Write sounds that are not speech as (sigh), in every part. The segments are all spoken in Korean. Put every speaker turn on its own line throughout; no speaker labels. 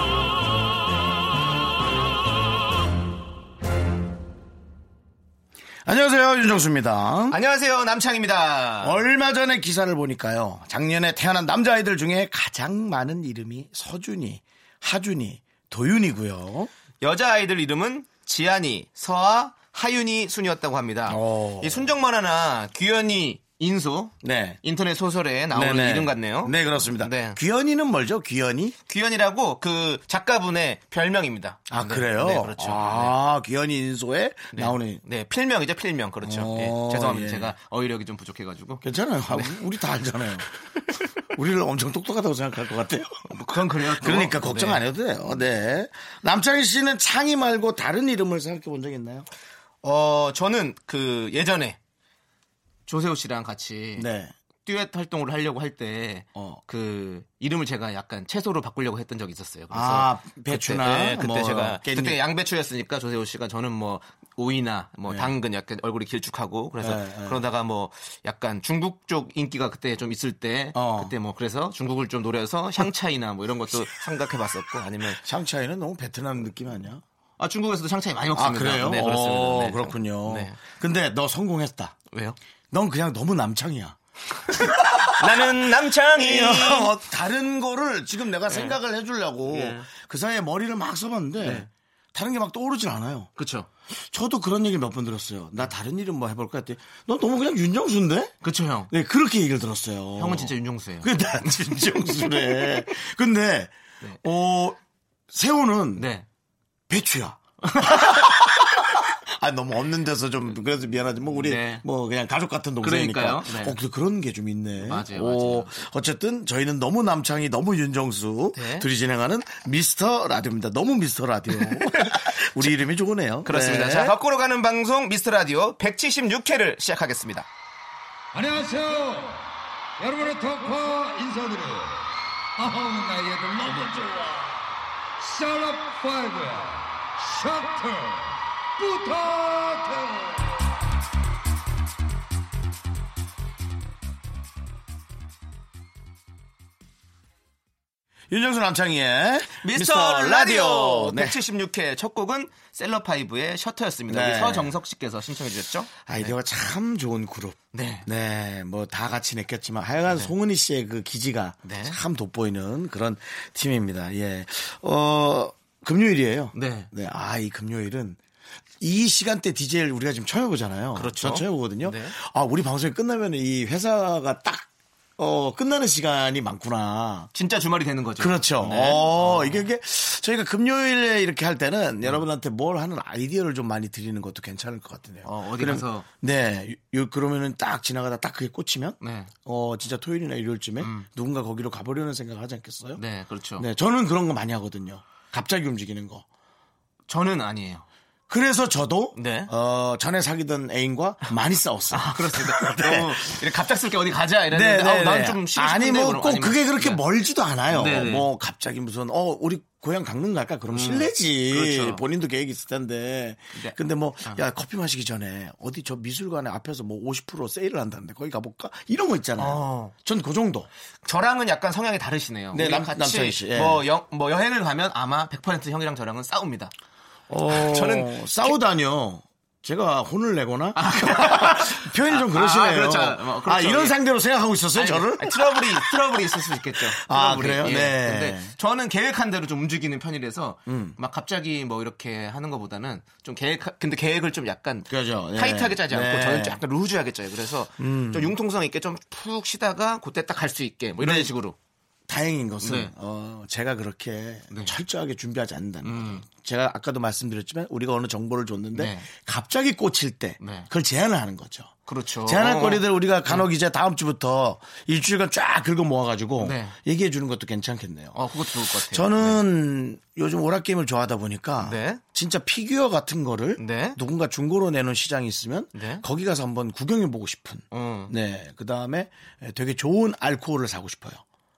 안녕하세요 윤정수입니다
안녕하세요 남창입니다.
얼마 전에 기사를 보니까요 작년에 태어난 남자아이들 중에 가장 많은 이름이 서준이 하준이 도윤이고요
여자 아이들 이름은 지안이, 서아, 하윤이 순이었다고 합니다.
오.
이 순정만 하나 귀연이, 인수
네
인터넷 소설에 나오는
네네.
이름 같네요.
네 그렇습니다
네.
귀현이는 뭘죠 귀현이
귀연이라고 그 작가분의 별명입니다.
아
네.
그래요
네 그렇죠.
아 귀현이 인소에
네.
나오는
네, 필명이죠, 필명. 그렇죠.
어,
예, 죄송합니다.
예.
제가 어휘력이 좀 부족해가지고.
괜찮아요 아,
네.
우리 다 알잖아요 우리를 엄청 똑똑하다고 생각할 것 같아요
뭐 그건 그래요. 또.
그러니까 걱정
네.
안 해도 돼요 네 남창희 씨는 창희 말고 다른 이름을 생각해 본 적 있나요
어, 저는 그 예전에 조세호 씨랑 같이
네
듀엣 활동을 하려고 할 때
어.
그 이름을 제가 약간 채소로 바꾸려고 했던 적이 있었어요. 그래서
아, 배추나
그때, 네, 그때
뭐
제가
깻잎.
그때 양배추였으니까 조세호 씨가 저는 뭐 오이나 뭐 당근 약간 얼굴이 길쭉하고 그래서
네, 네.
그러다가 뭐 약간 중국 쪽 인기가 그때 좀 있을 때
어.
그때 뭐 그래서 중국을 좀 노려서 샹차이나 뭐
(laughs)
이런 것도 생각해봤었고 아니면
샹차이는 너무 베트남 느낌 아니야
아 중국에서도 샹차이 많이
아
먹습니다.
그래요
네 그렇습니다.
어,
네.
그렇군요
네.
근데 너 성공했다
왜요?
넌 그냥 너무 남창이야.
(laughs) 나는 네. 남창이
어, 다른 거를 지금 내가 생각을 해주려고
예.
그 사이에 머리를 막 써봤는데
네.
다른 게 막 떠오르질 않아요.
그렇죠.
저도 그런 얘기를 몇 번 들었어요. 나 다른 이름 뭐 해볼까 했더니 너 너무 그냥 윤정수인데?
그렇죠 형.
네 그렇게 얘기를 들었어요. 그
형은 진짜 윤종수예요.
근데 난 (laughs) 윤정수래. 근데 어 세호는
네.
배추야. (laughs) 아 너무 없는 데서 좀 그래서 미안하지 뭐 우리
네.
뭐 그냥 가족 같은 동생이니까
그러니까요. 네.
어, 근데 그런 게 좀 있네.
맞아요, 맞아요.
어쨌든 저희는 너무 남창이 너무 윤정수
네.
둘이 진행하는 미스터 라디오입니다. 너무 미스터
(laughs)
라디오. 우리 이름이 좋으네요.
그렇습니다.
네.
자, 거꾸로 가는 방송 미스터 라디오 176회를 시작하겠습니다.
안녕하세요. 여러분의 토커 인사드려요. 아우, 나 얘들 너무 좋아. 셀럽 파이브야. 셔틀. 부탁해요.
윤정수 남창이의
미스터 라디오
네.
176회 첫 곡은 셀럽파이브의 셔터였습니다.
네.
우리 서정석 씨께서 신청해 주셨죠?
아이디어가 참 좋은 그룹.
네.
네, 뭐 다 같이 냈겠지만 하여간 송은희 씨의 그 기지가
네.
참 돋보이는 그런 팀입니다. 예. 어, 금요일이에요.
네.
아, 이 금요일은 이 시간대 DJ를 우리가 지금 처음 해보잖아요.
그렇죠.
저 처음 해보거든요.
네.
아, 우리 방송이 끝나면 이 회사가 딱, 어, 끝나는 시간이 많구나.
진짜 주말이 되는 거죠. 네.
그렇죠. 어, 이게, 이게 저희가 금요일에 이렇게 할 때는 여러분한테 뭘 하는 아이디어를 좀 많이 드리는 것도 괜찮을 것 같은데요.
어, 어디
그럼-
가서?
네. 요, 그러면은 딱 지나가다 딱 그게 꽂히면
네. 음.
어, 진짜 토요일이나 일요일쯤에 누군가 거기로 가보려는 생각을 하지 않겠어요?
네, 그렇죠.
네, 저는 그런 거 많이 하거든요. 갑자기 움직이는 거.
저는 아니에요.
그래서 저도
네. 아,
어, 전에 사귀던 애인과 많이 싸웠어요.
그렇습니다.
(laughs) 네.
너무 이렇게 갑작스럽게 어디 가자
네,
이랬는데
네,
아우,
네.
난좀 쉬고 싶은데
아니 뭐
그럼.
꼭
아니면-
그게 그렇게
네.
멀지도 않아요.
네, 네.
뭐 갑자기 무슨 어 우리 고향 강릉 갈까? 그럼 실례지.
그렇죠.
본인도 계획 있을 텐데.
네.
근데 뭐 야 커피 마시기 전에 어디 저 미술관에 앞에서 뭐 50% 세일을 한다는데 거기 가볼까? 이런 거 있잖아요.
어.
전 그 정도.
저랑은 약간 성향이 다르시네요.
네,
우리
남- 남창희 씨, 예.
뭐, 여, 뭐 여행을 가면 아마 100% 형이랑 저랑은 싸웁니다.
저는
어, 저는
어, 싸우다뇨. 제가 혼을 내거나 (laughs) 표현이 좀 그러시네요.
아, 그렇죠. 어, 그렇죠.
아, 이런
예.
상대로 생각하고 있었어요,
아니,
저를?
아니, 트러블이 트러블이 있을 수 있겠죠.
아,
트러블이. 예.
그래요? 네.
근데 저는 계획한 대로 좀 움직이는 편이라서
음.
막 갑자기 뭐 이렇게 하는 것보다는 좀 계획 근데 계획을 좀 약간
그죠. 예.
타이트하게 짜지 않고
네. 음.
저는 좀 약간
네.
루즈하게 짜요. 그래서 좀 융통성 있게 좀 푹 쉬다가 그때 딱 갈 수 있게 뭐 이런 식으로.
다행인 것은
네.
어, 제가 그렇게
네.
철저하게 준비하지 않는다는
음.
거예요. 제가 아까도 말씀드렸지만 우리가 어느 정보를 줬는데
네.
갑자기 꽂힐 때
네.
그걸 제한을 하는 거죠.
그렇죠.
제한할 거리들 우리가 간혹 이제 다음 주부터 일주일간 쫙 긁어 모아가지고
네.
얘기해 주는 것도 괜찮겠네요.
어, 그것도 좋을 것 같아요.
저는 요즘 오락게임을 좋아하다 보니까
네.
진짜 피규어 같은 거를
네.
누군가 중고로 내놓은 시장이 있으면
네.
거기 가서 한번 구경해 보고 싶은
어,
네, 그 다음에 되게 좋은 알코올을 사고 싶어요.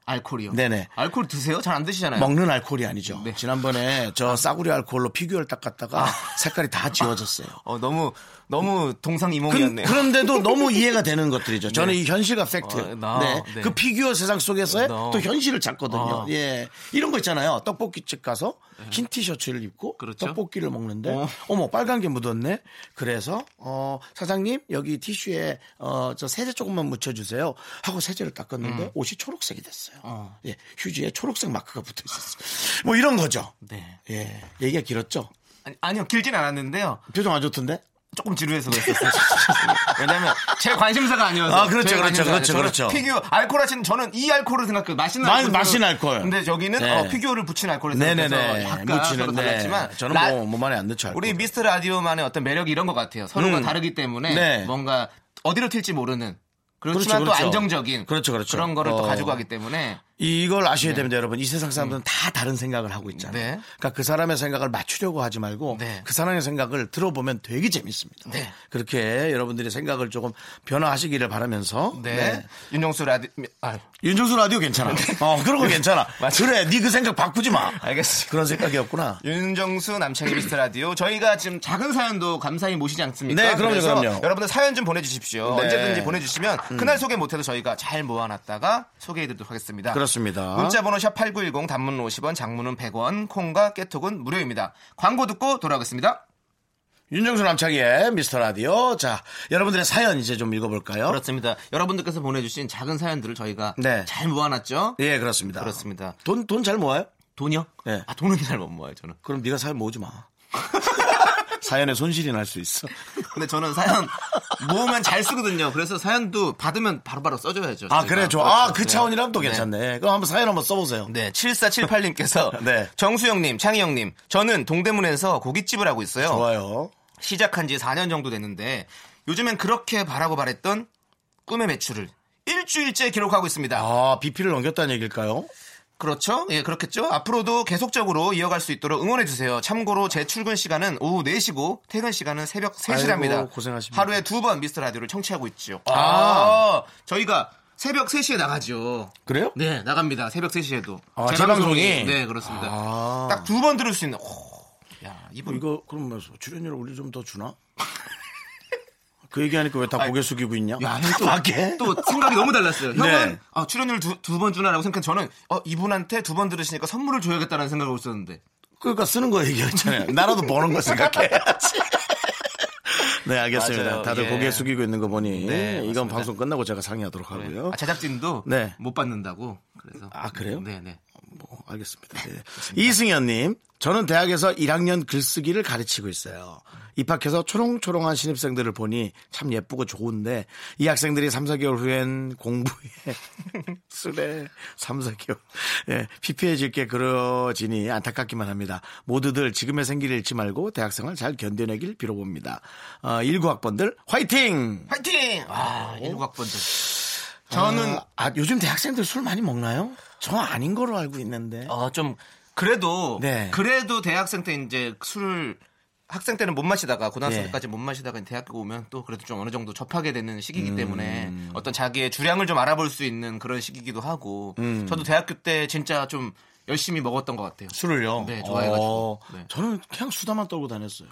알코올이요.
네네.
알코올 드세요? 잘 안 드시잖아요.
먹는 알코올이 아니죠.
네.
지난번에 저 싸구려 알코올로 피규어를 닦았다가 색깔이 다 지워졌어요.
어, 너무 너무
그,
동상이몽이었네요. (laughs)
그런데도 너무 이해가 되는 것들이죠. 저는
네.
이 현실과 팩트.
어, 나,
네.
네.
그 피규어 세상 속에서의
나.
또 현실을 찾거든요.
아.
예. 이런 거 있잖아요. 떡볶이집 가서 흰 티셔츠를 입고
네. 그렇죠.
떡볶이를 먹는데
어.
어. 머 빨간 게 묻었네. 그래서 어, 사장님 여기 티슈에 어, 저 세제 조금만 묻혀 주세요. 하고 세제를 닦았는데 옷이 초록색이 됐어요.
음. 어.
예. 휴지에 초록색 마크가 붙어 있었어요. 뭐 이런 거죠.
네.
예. 얘기가 길었죠.
아니, 아니요, 길진 않았는데요.
표정 안 좋던데?
조금 지루해서 그랬었어요.
(laughs)
왜냐면 제 관심사가 아니어서.
아, 그렇죠,
제
그렇죠,
관심사가
그렇죠,
저는
그렇죠.
피규어 알코올 하시는 저는 이 알코올을 생각해요. 맛있는
마-
알코올.
맛있는 알코올.
근데 저기는
네.
어, 피규어를 붙인 알코올을 생각해서 약간 서로 달랐지만
저는
라-
뭐 몸안에 안 넣죠.
우리
알코올.
미스터 라디오만의 어떤 매력이 이런 것 같아요. 서로가
음.
다르기 때문에
네.
뭔가 어디로 튈지 모르는 그렇지만
그렇죠,
또
그렇죠.
안정적인
그렇죠, 그렇죠.
런 거를
어.
또 가지고 가기 때문에
이걸 아셔야 됩니다, 여러분. 이 세상 사람들은 다 다른 생각을 하고 있잖아요.
음. 네.
그러니까 그 사람의 생각을 맞추려고 하지 말고
네.
그 사람의 생각을 들어보면 되게 재밌습니다.
네.
그렇게 여러분들이 생각을 조금 변화하시기를 바라면서
네.
네.
윤정수 라디오 아,
윤정수 라디오 괜찮아. 어, 그런 거 괜찮아.
네. (laughs) 맞아.
그래, 네 그 생각 바꾸지 마.
알겠습니다. 네.
그런 생각이었구나.
윤정수 남창희 미스터 라디오 저희가 지금 작은 사연도 감사히 모시지 않습니까?
네, 그럼요,
그래서
그럼요.
여러분들 사연 좀 보내주십시오.
네.
언제든지 보내주시면 그날 소개 못해도 저희가 잘 모아놨다가 소개해드리도록 하겠습니다.
그렇습니다.
문자번호 샵 #8910 단문 50원, 장문은 100원, 콩과 깨톡은 무료입니다. 광고 듣고 돌아오겠습니다.
윤정수 남창희의 미스터 라디오. 자, 여러분들의 사연 이제 좀 읽어볼까요?
그렇습니다. 여러분들께서 보내주신 작은 사연들을 저희가
네.
잘 모아놨죠.
예, 그렇습니다.
그렇습니다.
돈, 돈 잘 모아요?
돈이요?
네.
아 돈은 잘 못 모아요 저는.
그럼 네가 사연 모으지 (laughs) 마. 사연에 손실이 날 수 있어.
근데 저는 사연 모으면 잘 쓰거든요. 그래서 사연도 받으면 바로바로 써줘야죠.
아,
저희가.
그래, 좋아. 아, 그
네.
차원이라면 또
네.
괜찮네. 그럼 한번 사연 한번 써보세요.
네, 7478님께서
(laughs) 네.
정수영님, 창희영님, 저는 동대문에서 고깃집을 하고 있어요.
좋아요.
시작한 지 4년 정도 됐는데 요즘엔 그렇게 바라고 바랬던 꿈의 매출을 일주일째 기록하고 있습니다.
아, BP를 넘겼다는 얘기일까요?
그렇죠? 예, 그렇겠죠? 앞으로도 계속적으로 이어갈 수 있도록 응원해주세요. 참고로 제 출근 시간은 오후 4시고 퇴근 시간은 새벽 3시랍니다.
아이고, 고생하십니다.
하루에 두 번 미스터 라디오를 청취하고 있죠. 아, 저희가 새벽 3시에 나가죠.
그래요?
네, 나갑니다. 새벽 3시에도.
아,
제
재방송이?
방송이. 네, 그렇습니다.
아.
딱 두 번 들을 수 있는. 오, 야, 이분.
이거, 그럼 뭐, 출연료를 우리 좀 더 주나? (laughs) 그 얘기하니까 왜 다 고개 숙이고 있냐?
야, 형
(laughs)
또,
밖에?
또 생각이 너무 달랐어요. 형은
네.
아, 출연료를 두 번 주나라고 생각한 저는 어, 이분한테 두 번 들으시니까 선물을 줘야겠다는 생각을 있었는데.
그러니까 쓰는 거 얘기했잖아요. 네, 나라도 버는 거 (laughs) 생각해야지. 네, 알겠습니다.
맞아요.
다들
예.
고개 숙이고 있는 거 보니
네,
이건
맞습니다.
방송 끝나고 제가 상의하도록 하고요.
아, 제작진도
네.
못 받는다고 그래서
아, 그래요?
네네
뭐, 알겠습니다. 예. 이승현님, 저는 대학에서 1학년 글쓰기를 가르치고 있어요. 입학해서 초롱초롱한 신입생들을 보니 참 예쁘고 좋은데 이 학생들이 3, 4개월 후엔 공부에 (laughs) 술에 3, 4개월 예, 피폐해질 게 그러지니 안타깝기만 합니다. 모두들 지금의 생기를 잃지 말고 대학생활 잘 견뎌내길 빌어봅니다. 어, 19학번들 화이팅!
파이팅 아 일국학번들 저는
아, 아, 요즘 대학생들 술 많이 먹나요? 저 아닌 걸로 알고 있는데.
어, 좀 그래도
네.
그래도 대학생 때 이제 술 학생 때는 못 마시다가 고등학생
예.
때까지 못 마시다가 대학교 오면 또 그래도 좀 어느 정도 접하게 되는 시기이기 때문에 어떤 자기의 주량을 좀 알아볼 수 있는 그런 시기이기도 하고 저도 대학교 때 진짜 좀 열심히 먹었던 것 같아요.
술을요.
네, 좋아해가지고.
어,
네.
저는 그냥 수다만 떨고 다녔어요.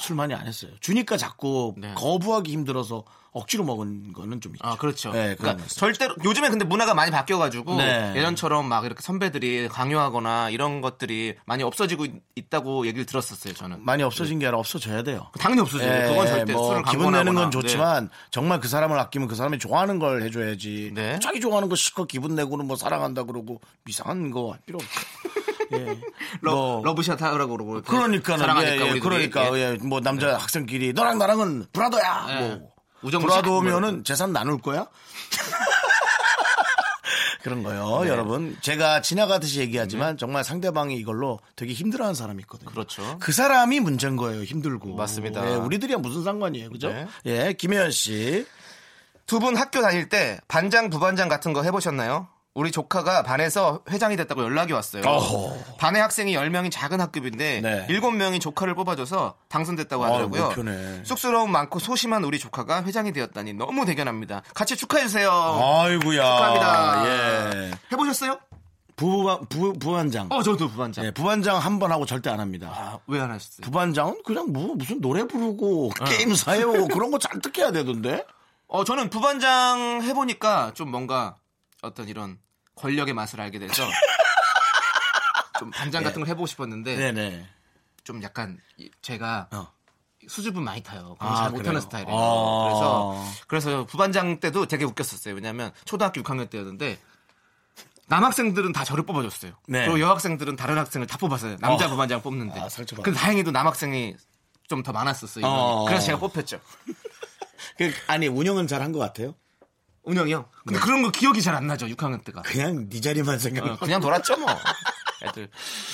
술 많이 안 했어요. 주니까 자꾸
네.
거부하기 힘들어서 억지로 먹은 거는 좀 있죠.
아 그렇죠.
네, 그런
그러니까
거 있어요.
절대로 요즘에 근데 문화가 많이 바뀌어가지고
네.
예전처럼 막 이렇게 선배들이 강요하거나 이런 것들이 많이 없어지고 있- 있다고 얘기를 들었었어요. 저는 네,
많이 없어진 게 아니라 없어져야 돼요.
당연히 네. 없어져요.
예,
그건 절대
뭐
술을
기분 내는
강권하거나. 네.
건 좋지만 정말 그 사람을 아끼면 그 사람이 좋아하는 걸 해줘야지.
네.
자기 좋아하는 거 실컷 기분 내고는 뭐 사랑한다 그러고 이상한 거 할
(laughs)
필요 없어. 예.
러,
뭐
러브샷 하라고 네. 그러고 이렇게
그러니까는
사랑하니까
예, 예,
우리
그러니까 예, 뭐 남자 학생끼리 너랑 나랑은 브라더야
예. 그러니까.
뭐
우정 (laughs)
브라더면은 재산 나눌 거야 그런
네.
거요. 여러분, 제가 지나가듯이 얘기하지만 정말 상대방이 이걸로 되게 힘들어하는 사람이 있거든요.
그렇죠.
그 사람이 문제인 거예요. 힘들고.
맞습니다.
예, 우리들이랑 무슨 상관이에요. 그죠?
네.
예, 김혜연 씨.
두 분 학교 다닐 때 반장 부반장 같은 거 해보셨나요? 우리 조카가 반에서 회장이 됐다고 연락이 왔어요.
어허.
반에 학생이 10명이 작은
네.
학급인데 일 7명이 조카를 뽑아줘서 당선됐다고 하더라고요.
아이고, 네. 편해.
쑥스러움 많고 소심한 우리 조카가 회장이 되었다니 너무 대견합니다. 같이 축하해주세요.
아이고야.
축하합니다.
예.
해보셨어요?
부부, 부, 부반장.
어, 저도 부반장.
예, 부반장 한 번 하고 절대 안 합니다.
아, 왜 안 하셨어요?
부반장은 그냥 뭐, 무슨 노래 부르고 게임 사회하고 그런 거 잔뜩 해야
(laughs)
되던데?
어, 저는 부반장 해보니까 좀 뭔가 어떤 이런 권력의 맛을
(laughs)
알게 돼서 좀 반장 같은 걸 해보고 싶었는데
네. 네네.
좀 약간 이- 제가
어.
수줍음 많이 타요. 그런
아,
거잘 못하는
그래요?
스타일이에요.
아.
그래서 그래서 부반장 때도 되게 웃겼었어요. 왜냐하면 초등학교 6학년 때였는데 남학생들은 다 저를 뽑아줬어요.
네.
그리고 여학생들은 다른 학생을 다 뽑았어요. 남자 부반장 뽑는데.
아, 상처받았다.
근데 다행히도 남학생이 좀 더 많았었어요.
어.
인원이. 그래서 제가 뽑혔죠.
그, 아니, 운영은 잘 한 것 같아요.
운영이요. 근데 그런 거 기억이 잘 안 나죠. 6학년 때가.
그냥 네 자리만 생각하고.
네. 어, 그냥 놀았죠 뭐. 애들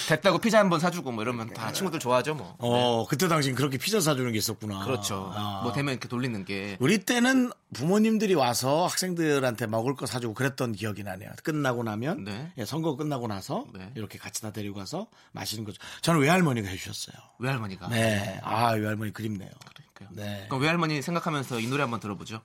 됐다고 피자 한 번 사주고 뭐 이러면 다 친구들 좋아하죠 뭐.
어, 그때 당신 그렇게 피자 사주는 게 있었구나.
그렇죠.
아.
뭐 되면 이렇게 돌리는 게
우리 때는 부모님들이 와서 학생들한테 먹을 거 사주고 그랬던 기억이 나네요. 끝나고 나면
네.
예, 선거 끝나고 나서
네.
이렇게 같이 다 데리고 가서 마시는 거죠. 저는 외할머니가 해주셨어요.
외할머니가.
네, 아 외할머니 그립네요.
그러니까요.
네.
그럼 외할머니 생각하면서 이 노래 한번 들어보죠.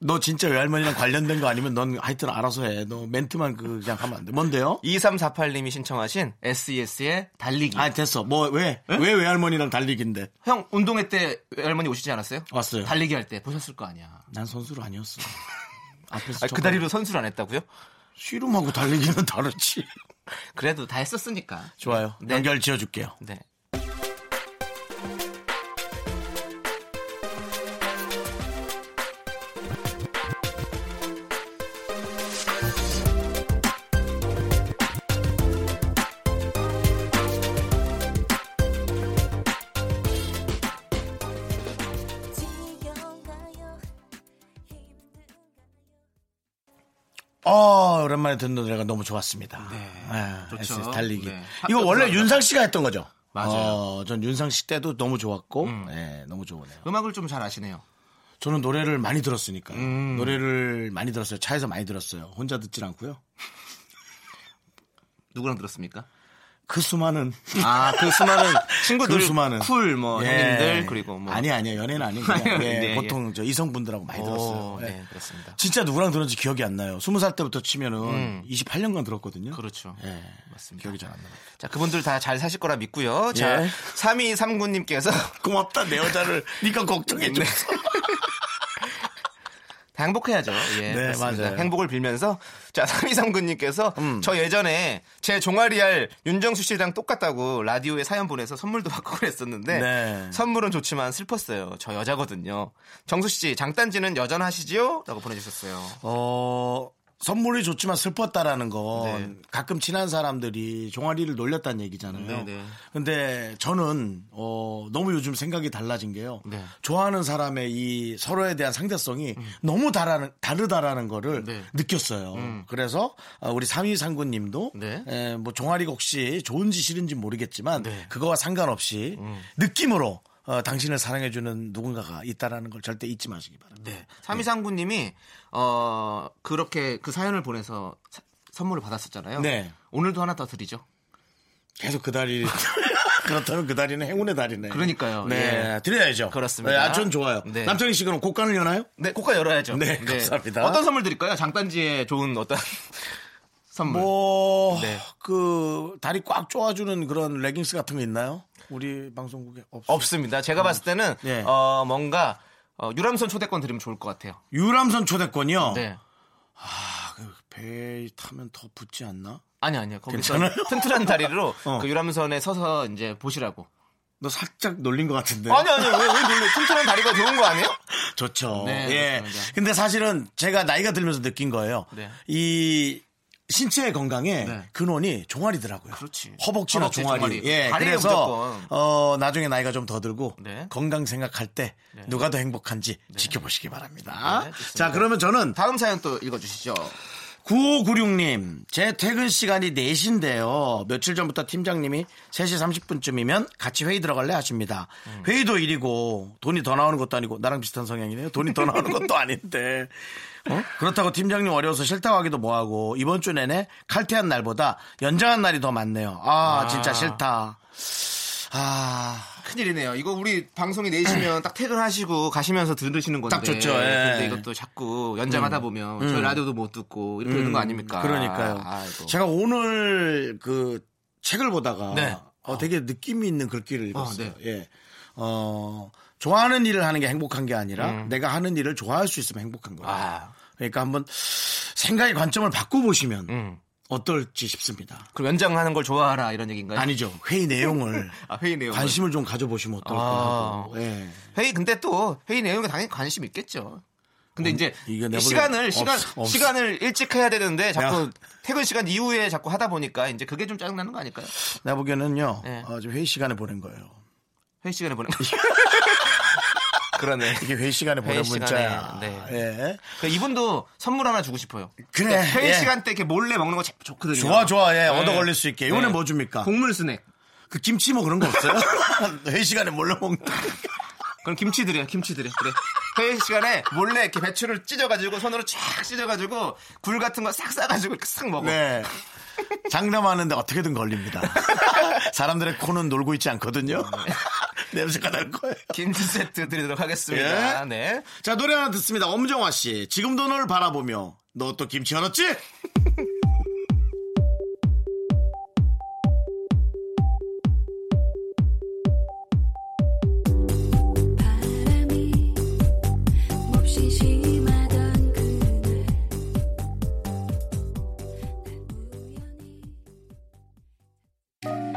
너 진짜 외할머니랑 관련된 거 아니면 넌 하여튼 알아서 해. 너 멘트만 그 그냥 하면 안 돼. 뭔데요?
2348님이 신청하신 SES의 E 달리기.
아 됐어. 뭐 왜? 왜 외할머니랑 달리기인데?
형 운동회 때 외할머니 오시지 않았어요?
왔어요.
달리기 할 때 보셨을 거 아니야.
난 선수로 아니었어. 앞에서
아, 그 다리로 선수를 안 했다고요?
쉬름하고 달리기는 다르지.
그래도 다 했었으니까.
좋아요. (laughs)
네.
연결 지어줄게요.
네.
어, 오랜만에 듣는 노래가 너무 좋았습니다.
네.
예,
좋죠.
SS 달리기.
네.
이거
합격
원래
들어가다.
윤상 씨가 했던 거죠?
맞아요. 음.
어, 전 윤상 씨 때도 너무 좋았고, 예, 너무 좋으네요.
음악을 좀 잘 아시네요.
저는 노래를 많이 들었으니까. 요
음.
노래를 많이 들었어요. 차에서 많이 들었어요. 혼자 듣질 않고요.
누구랑 들었습니까?
그 수많은.
아, (laughs) 그 수많은 친구들,
그 수많은.
쿨, 뭐,
(laughs) 예.
형님들, 그리고 뭐.
아니, 아니요. 연예인 아니에요. 그냥, 예,
(laughs) 네, 예.
보통 저 이성분들하고 많이
오,
들었어요. 예.
네, 그렇습니다.
진짜 누구랑 들었는지 기억이 안 나요. 스무 살 때부터 치면은 28년간 들었거든요.
음. 그렇죠.
예.
맞습니다.
기억이 잘 안 나요.
자, 그분들 다 잘 사실 거라 믿고요. 자,
예.
3239님께서
고맙다, 내 여자를. 네가 걱정해줘.
다 행복해야죠. 예,
네,
맞습니다.
맞아요. 음.
행복을 빌면서 자 삼이삼군님께서 저 예전에 제 종아리알 윤정수 씨랑 똑같다고 라디오에 사연 보내서 선물도 받고 그랬었는데
네.
선물은 좋지만 슬펐어요. 저 여자거든요. 정수 씨 장단지는 여전하시지요?라고 보내주셨어요.
어, 선물이 좋지만 슬펐다라는 건 가끔 친한 사람들이 종아리를 놀렸다는 얘기잖아요.
네, 네.
근데 저는 어, 너무 요즘 생각이 달라진 게요.
네.
좋아하는 사람의 이 서로에 대한 상대성이 너무 다라는, 다르다라는 거를
네.
느꼈어요. 그래서 어, 우리 삼위 상구님도
네.
에, 뭐 종아리가 혹시 좋은지 싫은지 모르겠지만
네. 음.
그거와 상관없이 느낌으로 어, 당신을 사랑해주는 누군가가 있다라는 걸 절대 잊지 마시기 바랍니다.
네, 삼이삼군님이 어 그렇게 그 사연을 보내서 사- 선물을 받았었잖아요.
네.
오늘도 하나 더 드리죠.
계속 그 다리
(laughs)
그렇다면 그 다리는 행운의 다리네.
그러니까요.
네,
예.
드려야죠.
그렇습니다.
네, 아, 전 좋아요.
네.
남창희 씨 그럼 곡간을 여나요?
네, 고가 열어야죠.
네, 감사합니다.
어떤 선물 드릴까요? 장단지에 좋은 어떤 (laughs) 선물.
뭐,
네.
그 다리 꽉 조아주는 그런 레깅스 같은 거 있나요? 우리 방송국에 없어.
없습니다. 제가 봤을 때는
네.
어, 뭔가 어, 유람선 초대권 드리면 좋을 것 같아요.
유람선 초대권이요.
네.
아, 그 배에 타면 더 붙지 않나?
아니요, 아니요. 거기서
괜찮아요?
튼튼한 (laughs) 다리로
어.
그 유람선에 서서 이제 보시라고.
너 살짝 놀린 것 같은데.
네. 아니요, 아니요. 왜, 왜 놀래? 튼튼한 다리가 좋은 거 아니에요?
좋죠.
네,
예.
맞습니다.
근데 사실은 제가 나이가 들면서 느낀 거예요.
네.
이 신체 건강의
네.
근원이 종아리더라고요.
그렇지.
허벅지나
허벅지,
종아리.
종아리.
예.
다리예요,
그래서
무조건.
어, 나중에 나이가 좀 더 들고
네.
건강 생각할 때 누가 더 행복한지 지켜보시기 바랍니다.
네, 좋습니다.
자, 그러면 저는
다음 사연 또 읽어주시죠.
9596님, 제 퇴근 시간이 4시인데요. 며칠 전부터 팀장님이 3시 30분쯤이면 같이 회의 들어갈래 하십니다. 회의도 일이고, 돈이 더 나오는 것도 아니고, 나랑 비슷한 성향이네요. 돈이 더 나오는 것도 아닌데. 어? 그렇다고 팀장님 어려워서 싫다고 하기도 뭐하고, 이번 주 내내 칼퇴한 날보다 연장한 날이 더 많네요. 아, 진짜 싫다. 아,
큰일이네요. 이거 우리 방송이 4시면 딱 퇴근하시고 가시면서 들으시는 건데.
딱 좋죠, 예.
근데 이것도 자꾸 연장하다 보면 저희 라디오도 못 듣고 이렇게 되는 거 아닙니까?
음, 그러니까요.
아이고.
제가 오늘 그 책을 보다가
네.
어, 되게 느낌이 있는 글귀를 읽었어요.
어,
예. 어, 좋아하는 일을 하는 게 행복한 게 아니라 내가 하는 일을 좋아할 수 있으면 행복한 거예요.
음. 아.
그러니까 한번 생각의 관점을 바꿔보시면
음.
어떨지 싶습니다.
그럼 연장하는 걸 좋아하라 이런 얘기인가요?
아니죠. 회의 내용을
네. (laughs) 아, 회의 내용.
관심을 좀 가져보시면 어떨까
아.
하고. 예.
회의 근데 또 회의 내용에 당연히 관심 있겠죠. 근데 이제
어, 이게 내버려-
시간을 시간
없어, 없어.
시간을 일찍 해야 되는데 자꾸
야.
퇴근 시간 이후에 자꾸 하다 보니까 이제 그게 좀 짜증 나는 거 아닐까요?
내가 보기에는요.
네.
어, 지금 회의 시간에 보낸 거예요.
회의 시간에
(laughs)
보내. 그러네.
이게 회의 시간에 보낸
회의
문자야.
시간에, 네.
예.
그 이분도 선물 하나 주고 싶어요. 그러니까
그래,
회의
예.
시간 때 이렇게 몰래 먹는 거 참 좋거든요.
좋아 좋아 예
네.
얻어 걸릴 수 있게 이번에
네.
뭐 줍니까?
곡물 스낵.
그 김치 뭐 그런 거 (laughs) 없어요? 회의 네 시간에 몰래 먹는
그럼 김치 드려, 김치 드려. 그래. 회의 시간에 몰래 이렇게 배추를 찢어가지고 손으로 쫙 찢어가지고 굴 같은 거 싹 싸가지고 이렇게 싹 먹어.
네 장담하는데 어떻게든 걸립니다 사람들의 코는 놀고 있지 않거든요 냄새가 날 거예요
김치 세트 드리도록 하겠습니다.
예.
네.
자 노래 하나 듣습니다 엄정화 씨 지금도 널 바라보며 너 또 김치 얻었지?
바람이 몹시 심하던 그날 날 우연히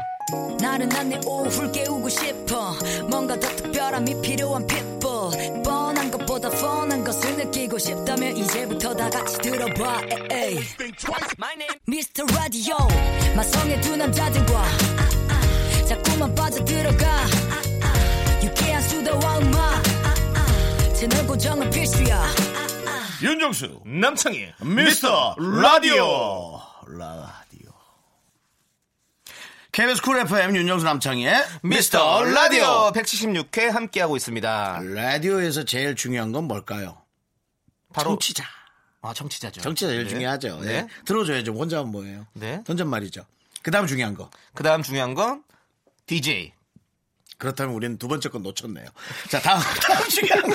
나른한 내 오후를 깨우고 싶어 뭔가 더 특별함이 필요한 people 뻔한 것보다 뻔한 것을 느끼고 싶다면 이제부터 다 같이 들어봐 에이. Mr. Radio 마성의 두 남자들과 아, 자꾸만 빠져들어가 유쾌한 수다와 음악 채널 고정은 필수야
윤정수 남창희 미스터 라디오 라디오 KBS 쿨 FM 윤정수 남창희의
미스터 라디오 176회 함께하고 있습니다.
라디오에서 제일 중요한 건 뭘까요?
바로
청취자.
아, 청취자죠.
정치가 제일
네.
중요하죠.
네.
예. 들어줘야죠. 혼자 하면 뭐예요?
네.
던전말이죠. 그 다음 중요한 거.
그 다음 중요한 건 DJ.
그렇다면 우리는 두 번째 건 놓쳤네요. 자, 다음, (laughs) 다음 중요한 거.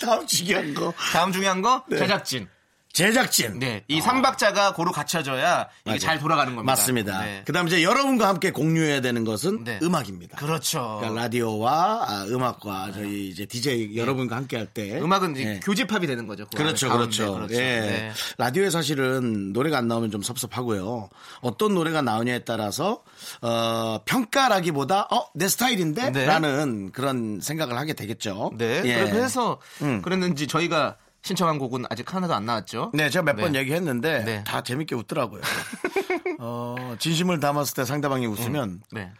다음 중요한 거.
다음 중요한 거
네.
제작진.
제작진.
네. 이 삼박자가 고루 갖춰져야 이게
아. 맞아요.
잘 돌아가는 겁니다.
맞습니다.
네.
그 다음 이제 여러분과 함께 공유해야 되는 것은
네.
음악입니다.
그렇죠.
그러니까 라디오와 아, 음악과 저희 이제 DJ 여러분과 함께 할 때.
네. 음악은 이제
예.
교집합이 되는 거죠. 그
그렇죠,
안에
그렇죠.
가운데,
예.
네.
라디오에 사실은 노래가 안 나오면 좀 섭섭하고요. 어떤 노래가 나오냐에 따라서 어, 평가라기보다 어, 내 스타일인데
네.
라는 그런 생각을 하게 되겠죠.
네.
예.
그래서 그랬는지 저희가 신청한 곡은 아직 하나도 안 나왔죠.
네, 제가 몇 번
네.
얘기했는데
네.
다 재밌게 웃더라고요.
(laughs)
어, 진심을 담았을 때 상대방이 웃으면
네.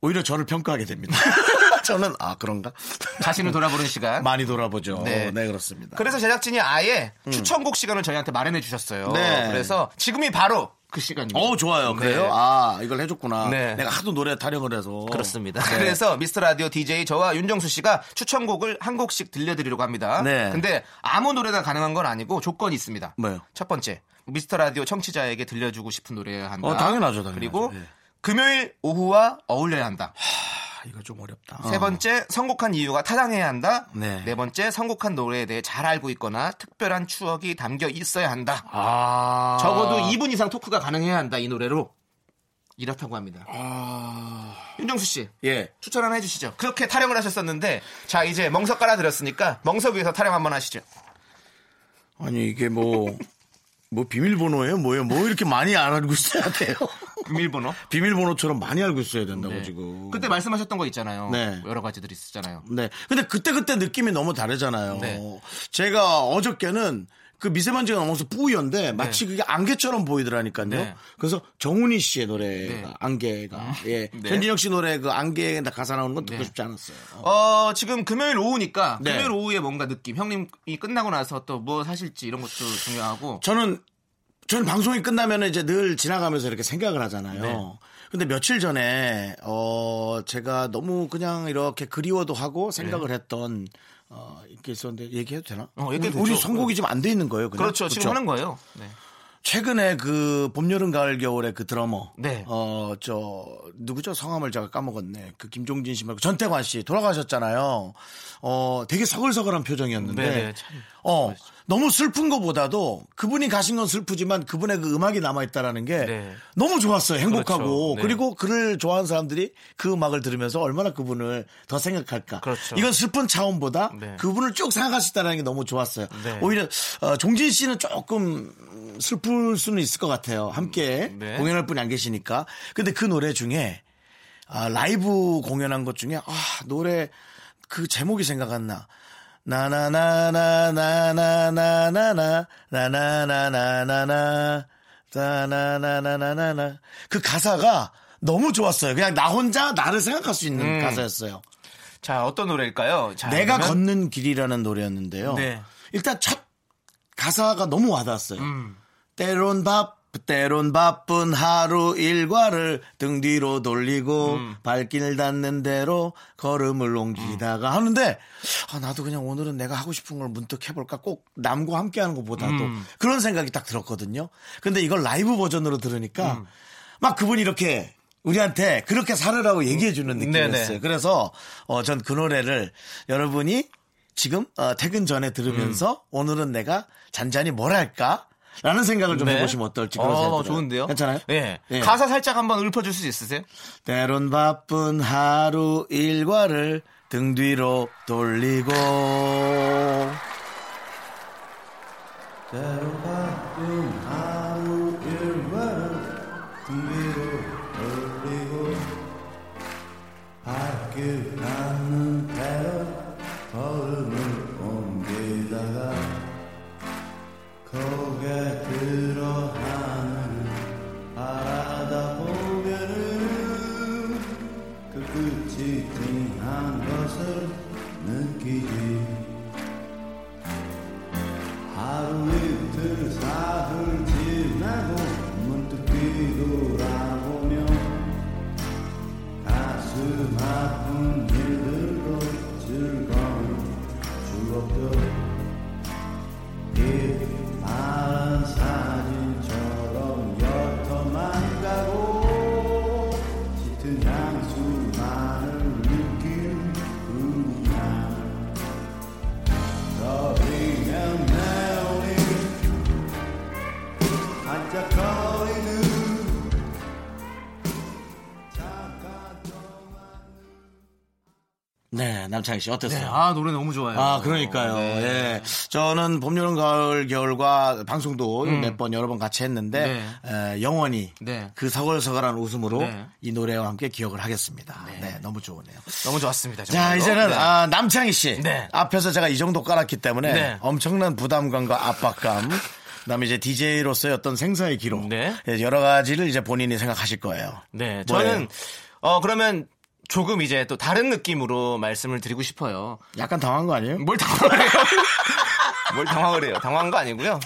오히려 저를 평가하게 됩니다. (laughs) 저는 아 그런가 (laughs)
자신을 돌아보는 시간.
많이 돌아보죠.
네.
네, 그렇습니다. 음.
그래서 제작진이 아예 추천곡 시간을 저희한테 마련해 주셨어요.
네.
그래서 지금이 바로 그 시간입니다. (laughs)
어 좋아요. 그래요?
네.
아 이걸 해줬구나.
네.
내가 하도 노래 타령을 해서
그렇습니다.
네.
그래서 미스터 라디오 DJ 저와 윤정수 씨가 추천곡을 한 곡씩 들려드리려고 합니다.
네.
근데 아무 노래나 가능한 건 아니고 조건이 있습니다.
뭐요?
첫 번째, 미스터 라디오 청취자에게 들려주고 싶은 노래여야 한다.
어, 당연하죠, 당연하죠.
그리고
예.
금요일 오후와 어울려야 한다.
아, 이거 좀 어렵다.
세 번째, 선곡한 이유가 타당해야 한다.
네.
네, 번째, 선곡한 노래에 대해 잘 알고 있거나 특별한 추억이 담겨 있어야 한다.
아.
적어도 2분 이상 토크가 가능해야 한다 이 노래로 이렇다고 합니다.
아.
윤정수 씨
예.
추천 하나 해주시죠. 그렇게 타령을 하셨었는데 자 이제 멍석 깔아드렸으니까 멍석 위에서 타령 한번 하시죠.
아니, 이게 뭐, 뭐 비밀번호예요? 뭐예요? 뭐 이렇게 많이 알고 있어야 돼요? (laughs)
비밀번호.
비밀번호처럼 많이 알고 있어야 된다고 지금.
네. 그때 말씀하셨던 거 있잖아요.
네.
여러 가지들이 있었잖아요.
네. 근데 그때그때 느낌이 너무 다르잖아요.
네.
제가 어저께는 그 미세먼지가 넘어서 뿌연데 마치 그게 안개처럼 보이더라니까요.
네.
그래서 정훈이 씨의 노래가
네.
안개가 예.
네.
전진혁 씨 노래 그 안개에 다 가사 나오는 건 듣고
네.
싶지 않았어요.
어, 지금 금요일 오후니까
네.
금요일 오후에 뭔가 느낌. 형님이 끝나고 나서 또 뭐 하실지 이런 것도 중요하고.
저는 저는 방송이 끝나면 이제 늘 지나가면서 이렇게 생각을 하잖아요.
네.
근데 며칠 전에 어 제가 너무 그냥 이렇게 그리워도 하고 생각을 했던 어 이렇게 있었는데 얘기해도 되나?
네. 어,
우리,
얘기해도
우리
되죠.
선곡이 좀 안 돼 있는 거예요. 그냥?
그렇죠. 지금
그렇죠?
하는 거예요. 네.
최근에 그 봄, 여름, 가을, 겨울의 그 드러머.
네.
어, 저, 누구죠? 성함을 제가 까먹었네. 그 김종진 씨 말고 전태관 씨 돌아가셨잖아요. 어, 되게 서글서글한 표정이었는데.
네, 네, 참.
어, 너무 슬픈 것보다도 그분이 가신 건 슬프지만 그분의 그 음악이 남아있다라는 게
네.
너무 좋았어요. 행복하고.
그렇죠. 네.
그리고 그를 좋아하는 사람들이 그 음악을 들으면서 얼마나 그분을 더 생각할까.
그렇죠.
이건 슬픈 차원보다
네.
그분을 쭉 생각하시다라는 게 너무 좋았어요.
네.
오히려 어, 종진 씨는 조금 슬플 수는 있을 것 같아요. 함께
네.
공연할 분이 안 계시니까. 근데 그 노래 중에 아, 라이브 공연한 것 중에 아, 노래 그 제목이 생각 안 나. 나나나나나나나나나나 나나나나나나 나나나나나나 그 가사가 너무 좋았어요. 그냥 나 혼자 나를 생각할 수 있는
음.
가사였어요.
자, 어떤 노래일까요? 자,
내가
그러면-
걷는 길이라는 노래였는데요.
네.
일단 첫 가사가 너무 와닿았어요.
음.
때론 밥 때론 바쁜 하루 일과를 등 뒤로 돌리고
음.
발길 닿는 대로 걸음을 옮기다가 하는데 아, 나도 그냥 오늘은 내가 하고 싶은 걸 문득 해볼까 꼭 남과 함께하는 것보다도
음.
그런 생각이 딱 들었거든요. 근데 이걸 라이브 버전으로 들으니까
음.
막 그분이 이렇게 우리한테 그렇게 살으라고 얘기해 주는 느낌이었어요.
음. 네네.
그래서 전 그 노래를 여러분이 지금 어, 퇴근 전에 들으면서 오늘은 내가 잔잔히 뭘 할까라는 생각을 좀
네.
해보시면 어떨지 그런 생각이
어,
들어요.
좋은데요?
괜찮아요?
네.
예.
가사 살짝 한번 읊어줄 수 있으세요?
때론 바쁜 하루 일과를 등 뒤로 돌리고 때론 바쁜 하루 일과를 등 뒤로 돌리고 밖을 가는 대로 걸음을 옮기다가 고개 들어 하늘을 바라다 보면은 그 끝이 띵한 것을 느끼지 하루 이틀 사흘 지나고 문득 뒤돌아보면 가슴 아픈 일들도 즐거운 추억도 빛마른 사진처럼 옅어만 가고 짙은 향수만을 느낀 그냥 떨리면 내 오니 반짝거리는 잠깐 동안 네 남창희 씨 어땠어요?
아, 노래 너무 좋아요. 네.
아, 그러니까요. 예. 저는 봄, 여름, 가을, 겨울과 방송도 몇 번, 여러 번 같이 했는데, 에, 영원히
음. 네.
그 서글서글한 웃음으로
네.
이 노래와 함께 기억을 하겠습니다. 네, 너무 좋으네요.
너무 좋았습니다.
자,
정말로.
이제는
네.
아, 남창희 씨.
네.
앞에서 제가 이 정도 깔았기 때문에
네.
엄청난 부담감과 압박감. 그다음에 이제 DJ로서의 어떤 생사의 기록
네.
예, 여러 가지를 이제 본인이 생각하실 거예요.
네,
뭐예요?
저는 어 그러면 조금 이제 또 다른 느낌으로 말씀을 드리고 싶어요.
약간 당한 거 아니에요?
뭘
(laughs)
당황을 해요? 뭘 당황을 해요? 당황한 거 아니고요.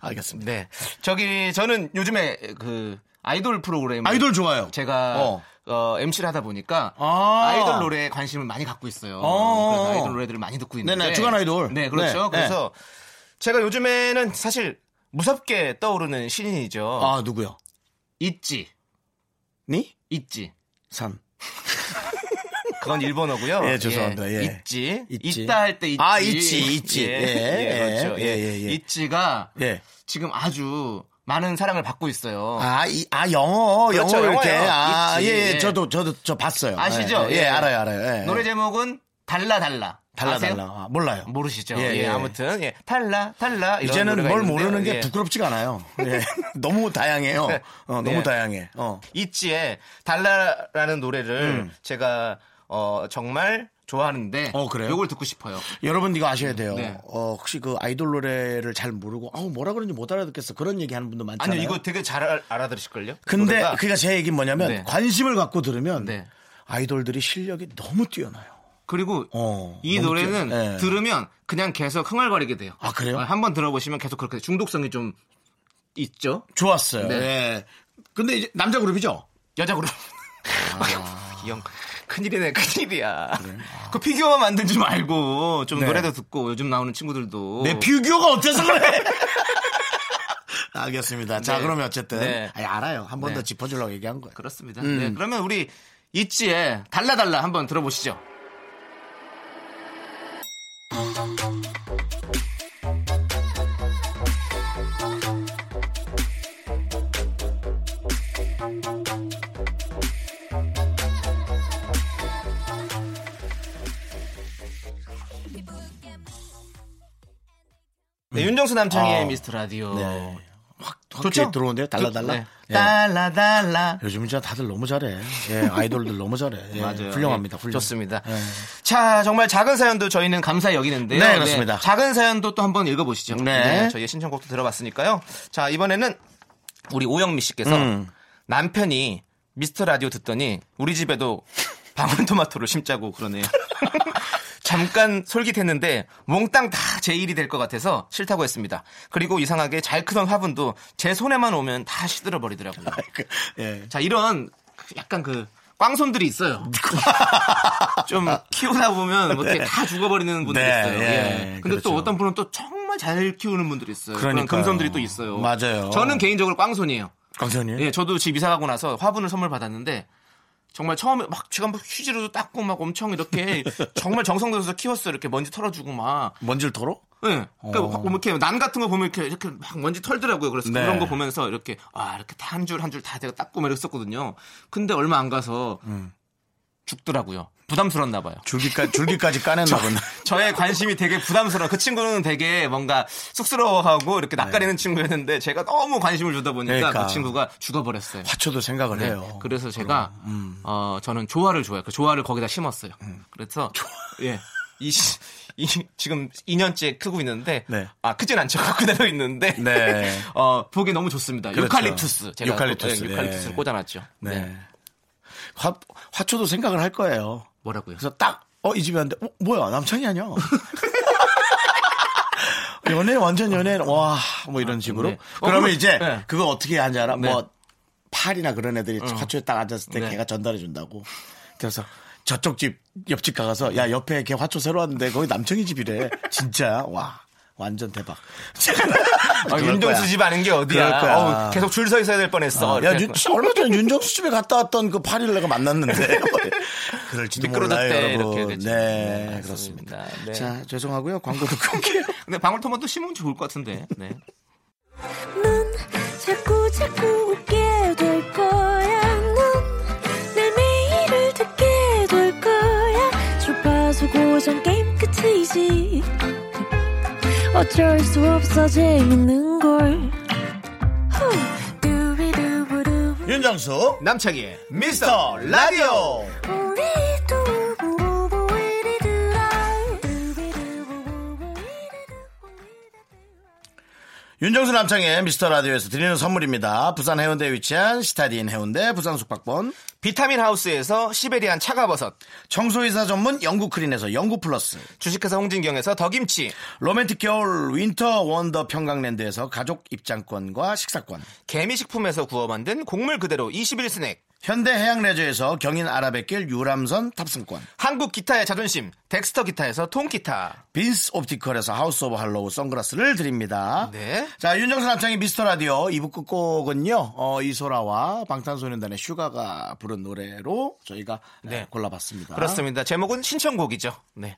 알겠습니다.
네, 저기 저는 요즘에 그 아이돌 프로그램
아이돌 좋아요.
제가
어.
어. MC를 하다 보니까
아.
아~ 이돌 노래에 관심을 많이 갖고 있어요.
어.
그래서 아이돌 노래들을 많이 듣고 있는데.
네네, 주간 아이돌.
네, 그렇죠.
네,
그래서 제가 요즘에는 사실 무섭게 떠오르는 신인이죠.
아 누구요?
있지,
니?
있지.
산.
그건 일본어고요.
(laughs) 예, 죄송합니다. 예.
있지.
있지.
있다 할 때 있지.
아, 있지, 있지.
예,
예,
예,
예,
그렇죠.
예, 예, 예.
있지가
예.
지금 아주 많은 사랑을 받고 있어요.
아, 이, 아 영어,
그렇죠,
영어 이렇게.
영어예요.
아,
있지.
예, 예,
예.
저도, 저도, 저 봤어요.
아시죠?
예, 예, 알아요, 알아요. 예,
노래
예.
제목은 달라 달라.
달라,
아세요?
달라. 아, 몰라요.
모르시죠?
예,
예,
예.
아무튼 예. 달라 달라. 이런
이제는
노래가
뭘
있는데요.
모르는 게
예.
부끄럽지가 않아요. 예.
(laughs)
(laughs) 너무 다양해요. 어, 너무
네.
다양해. 어.
있지의 달라라는 노래를 제가 어, 정말 좋아하는데
음. 어, 그래요?
요걸 듣고 싶어요.
여러분 이거 아셔야 돼요.
네.
어, 혹시 그 아이돌 노래를 잘 모르고 아우 뭐라 그러는지 못 알아듣겠어 그런 얘기 하는 분도 많잖아요.
아니요, 이거 되게 잘 알- 알아들으실걸요?
근데
노래가.
그니까 제 얘기는 뭐냐면
네.
관심을 갖고 들으면
네.
아이돌들이 실력이 너무 뛰어나요.
그리고
어,
이
너무
노래는
뛰어- 네.
들으면 그냥 계속 흥얼거리게 돼요.
아, 그래요?
한번 들어보시면 계속 그렇게 중독성이 좀 있죠.
좋았어요.
네.
예. 근데 이제 남자 그룹이죠?
여자 그룹.
아.
(laughs) 이형 큰일이네 큰일이야. 그 피규어만 만들지 말고 좀
네.
노래도 듣고 요즘 나오는 친구들도
내 피규어가 어때서
(laughs)
그래? (laughs) 알겠습니다. 자,
네.
그러면 어쨌든.
네.
아니, 알아요. 한 번 더
네.
짚어주려고 얘기한 거예요.
그렇습니다.
음.
네, 그러면 우리 있지의 달라달라 한번 들어보시죠.
음.
네, 윤정수 남창의
아.
미스터 라디오.
네. 확,
좋죠?
확 들어오는데요? 달라달라?
네.
예.
달라달라.
요즘 진짜 다들 너무 잘해.
(laughs)
예, 아이돌들 너무 잘해. 예,
맞아요.
훌륭합니다.
예,
훌륭.
좋습니다. 자, 정말 작은 사연도 저희는 감사히 여기는데요.
네, 그렇습니다.
작은 사연도 또 한번 읽어보시죠.
네.
저희의 신청곡도 들어봤으니까요. 자, 이번에는 우리 오영미 씨께서
음.
남편이 미스터 라디오 듣더니 우리 집에도 (laughs) 방울토마토를 심자고 그러네요. (laughs) 잠깐 솔깃했는데 몽땅 다 제 일이 될 것 같아서 싫다고 했습니다. 그리고 이상하게 잘 크던 화분도 제 손에만 오면 다 시들어 버리더라고요.
그, 예.
자 이런 약간 그 꽝손들이
(laughs)
있어요. 좀 키우다 보면 뭐 이렇게 다 죽어버리는 분들이
아. 네,
있어요.
예,
예. 근데
그렇죠.
또 어떤 분은 또 정말 잘 키우는 분들이 있어요.
그러니까요.
그런 금손들이 또 있어요.
맞아요.
저는 개인적으로 꽝손이에요.
강선님?
예, 저도 집 이사 가고 나서 화분을 선물 받았는데 정말 처음에 막 제가 막 휴지로도 닦고 막 엄청
(laughs)
이렇게 정말 정성 들여서 키웠어요. 이렇게 먼지 털어주고 막
먼지를 털어?
예. 그러니까
어.
확 이렇게 난 같은 거 보면 이렇게 이렇게 막 먼지 털더라고요. 그래서
네.
그런 거 보면서 이렇게 아 이렇게 다 한 줄 한 줄 다 제가 닦고 막 이랬었거든요. 근데 얼마 안 가서
음.
죽더라고요. 부담스럽나 봐요.
줄기까지, 줄기까지 까냈나 보네.
(laughs)
(laughs)
저의 관심이 되게 부담스러워. 그 친구는 되게 뭔가 쑥스러워하고 이렇게 낯가리는 친구였는데 제가 너무 관심을 주다 보니까
네. 그러니까.
그 친구가 죽어버렸어요.
화초도 생각을
네.
해요.
그래서 제가 어 저는 조화를 좋아해요. 그 조화를 거기다 심었어요. 그래서 예. 음. 이, 시- 이 지금 2년째 크고 있는데
네.
아 크진 않죠. (laughs) 그대로 있는데
네.
어 보기 너무 좋습니다.
그렇죠.
유칼립투스 제가
유칼립투스,
예, 유칼립투스를
네.
꽂아놨죠. 네.
네. 화, 화초도 생각을 할 거예요.
뭐라고요?
그래서 딱, 어, 이 집에 왔는데, 어, 뭐야, 남창이 아니야. (laughs) 연애, 완전 연애, 와, 뭐 이런 식으로.
네. 어,
그러면
그럼-
이제,
네.
그거 어떻게 하는지 알아?
네. 어.
뭐, 팔이나 그런 애들이 화초에 딱 앉았을 때
네.
걔가 전달해 준다고. 그래서 저쪽 집, 옆집 가서, 야, 옆에 걔 화초 새로 왔는데, 거기 남청이 집이래. 진짜야? 와, 완전 대박. (laughs)
아,
그럴
윤정수
거야.
집 아는 게 어디야?
그럴 거야.
어우, 계속 줄 서 있어야 될 뻔했어.
아, 야,
아, 이렇게
윤, 진짜 얼마 전에 윤정수 집에 갔다 왔던 그 파리를 내가
(laughs)
만났는데. 그럴지도
네. 미끄러졌대
몰라요,
이렇게
여러분.
그치?
네,
네,
그렇습니다.
맞습니다. 네.
자, 죄송하고요. 광고
(laughs)
듣고 올게요.
근데 방울토마토 심으면 좋을 것 같은데. 네.
넌 자꾸 자꾸 웃게 될 거야. 넌내 매일을 듣게 될 거야. 주파수 고정 게임 끝이지. 어쩔 수 없어 재밌는 걸. 후. 두비두부두.
(laughs) 윤정수,
남창희의
미스터 라디오.
우리 두부부부 우리들아. 두비두부부부 우리들아.
윤정수 남창의 미스터 라디오에서 드리는 선물입니다. 부산 해운대에 위치한 시타딘 해운대 부산 숙박권.
비타민 하우스에서 시베리안 차가버섯,
청소이사 전문 영국 크린에서 영국 플러스.
주식회사 홍진경에서 더김치,
로맨틱 겨울 윈터 원더 평강랜드에서 가족 입장권과 식사권.
개미식품에서 구워 만든 곡물 그대로 21스낵
현대 해양 레저에서 경인 아라뱃길 유람선 탑승권.
한국 기타의 자존심 덱스터 기타에서 통기타
빈스 옵티컬에서 하우스 오브 할로우 선글라스를 드립니다.
네.
자, 윤정수 남창의 미스터 라디오 2부 끝곡은요, 어, 이소라와 방탄소년단의 슈가가 부른 노래로 저희가
네.
어, 골라봤습니다.
그렇습니다 제목은 신청곡이죠 네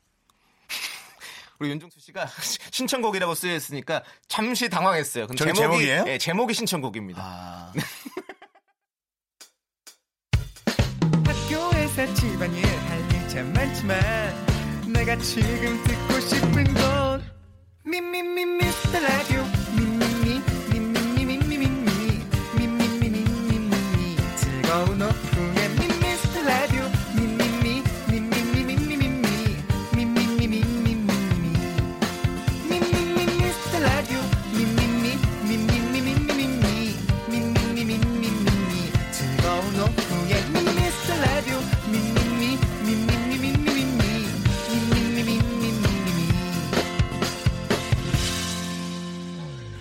(laughs) 우리 윤종수 씨가 (laughs) 신청곡이라고 쓰여 있으니까 잠시 당황했어요 근데
저게 제목이에요?
예, 제목이 신청곡입니다
아, (laughs)
학교에서 집안일 할 일 참 많지만 내가 지금 듣고 싶은 건 미미미 미스터 라디오 미미미 미미미 미미미 미미미 미미미 미미 즐거운 오후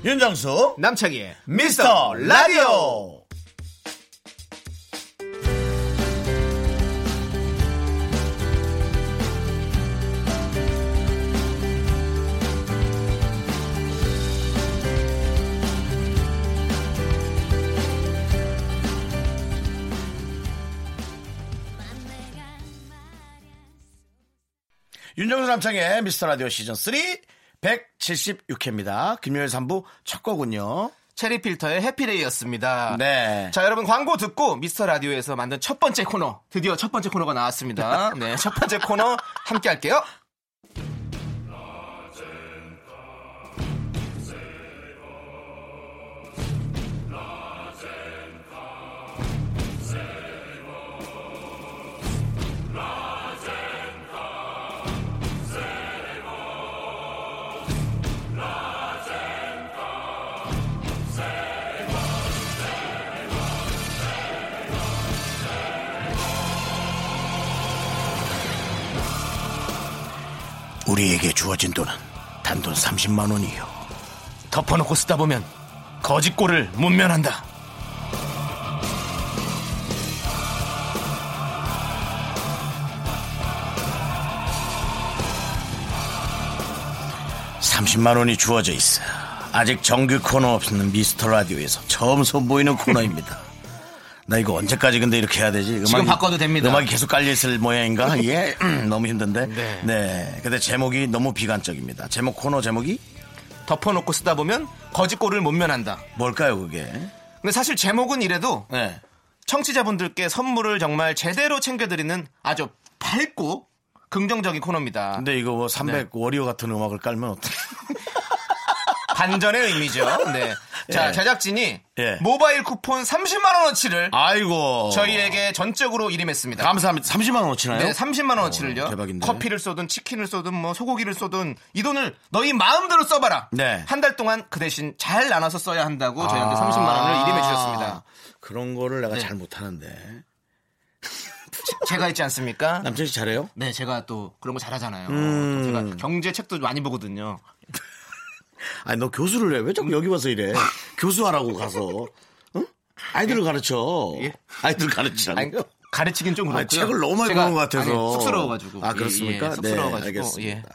윤정수
남창희의
미스터 라디오 윤정수 남창의 미스터 라디오 시즌 3 176회입니다. 금요일 3부 첫 거군요.
체리 필터의 해피데이였습니다.
네.
자, 여러분 광고 듣고 미스터 라디오에서 만든 첫 번째 코너. 드디어 첫 번째 코너가 나왔습니다. (laughs) 네, 첫 번째 코너 함께 할게요.
우리에게 주어진 돈은 단돈 30만 원이요.
덮어놓고 쓰다 보면 거짓골을 문면한다.
삼십만 원이 주어져 있어. 아직 정규 코너 없는 미스터 라디오에서 처음 선보이는 (laughs) 코너입니다. 나 이거 언제까지 근데 이렇게 해야 되지? 음악이,
지금 바꿔도 됩니다.
음악이 계속 깔려있을 모양인가? (laughs) 예, (clears throat) 음, 너무 힘든데.
네.
네. 근데 제목이 너무 비관적입니다. 제목 코너 제목이
덮어놓고 쓰다 보면 거짓골을 문면한다.
뭘까요, 그게?
근데 사실 제목은 이래도
네.
청취자분들께 선물을 정말 제대로 챙겨드리는 아주 밝고 긍정적인 코너입니다.
근데 이거 뭐 300 워리어 같은 음악을 깔면 어떡해?
반전의 의미죠.
(laughs)
네. 자,
예.
제작진이
예.
모바일 쿠폰 30만원어치를
아이고.
저희에게 전적으로 이름했습니다.
감사합니다. 30만원 치나요?
네, 30만원어치를요.
어, 대박인데.
커피를 쏘든 치킨을 쏘든 뭐 소고기를 쏘든 이 돈을 너희 마음대로 써봐라.
네.
한 달 동안 그 대신 잘 나눠서 써야 한다고 저희한테
아.
30만원을 이름해 주셨습니다.
그런 거를 내가
네.
잘 못하는데.
제가 있지 않습니까?
남철 씨 잘해요?
네, 제가 또 그런 거 잘하잖아요.
음.
또 제가 경제 책도 많이 보거든요.
아니 너 교수를 해? 왜 자꾸 여기 와서 이래? 교수하라고 가서 응? 아이들을 가르쳐.
예?
아이들
아니,
가르치라고.
가르치긴 좀
아,
그렇고요.
책을 너무 많이
제가-
보는 것 같아서
아니, 쑥스러워가지고.
아
예,
그렇습니까?
예, 쑥스러워가지고.
네, 알겠습니다.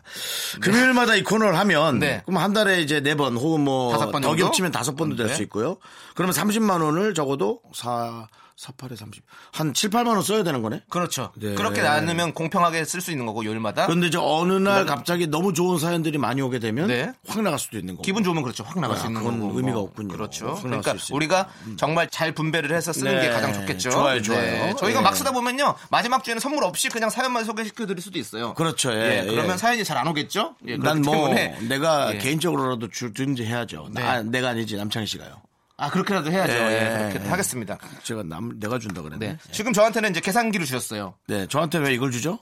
예.
금요일마다 이 코너를 하면
네.
그럼 한 달에 이제 네 번 혹은
다섯
뭐더
번 정도?
겹치면 다섯 번도 될
네.
수 있고요. 그러면 30만 원을 적어도 4 4 8에 30. 한 7, 8만 원 써야 되는 거네.
그렇죠.
네.
그렇게 나누면 공평하게 쓸 수 있는 거고 요일마다.
그런데 이제 어느 날 갑자기 너무 좋은 사연들이 많이 오게 되면
네.
확 나갈 수도 있는 거고.
기분 좋으면 그렇죠. 확 나갈
아,
수 있는
그건
거고.
의미가
뭐.
없군요. 확
그렇죠.
나갈
그러니까
수 있으니까. 음.
우리가 정말 잘 분배를 해서 쓰는
네.
게 가장 좋겠죠.
좋아요, 좋아요.
저희가
예.
막 쓰다 보면요. 마지막 주에는 선물 없이 그냥 사연만 소개시켜 드릴 수도 있어요.
그렇죠, 예,
그러면
예.
사연이 잘 안 오겠죠? 예, 그렇기
난 뭐
때문에.
내가
예.
개인적으로라도 주든지 해야죠. 나-
네.
아, 내가 아니지 남창희 씨가요.
아, 그렇게라도 해야죠.
예,
예, 그렇게
예.
하겠습니다.
제가 남 내가 준다 그랬네.
네.
네.
지금 저한테는 이제 계산기를 주셨어요.
저한테 왜 이걸 주죠?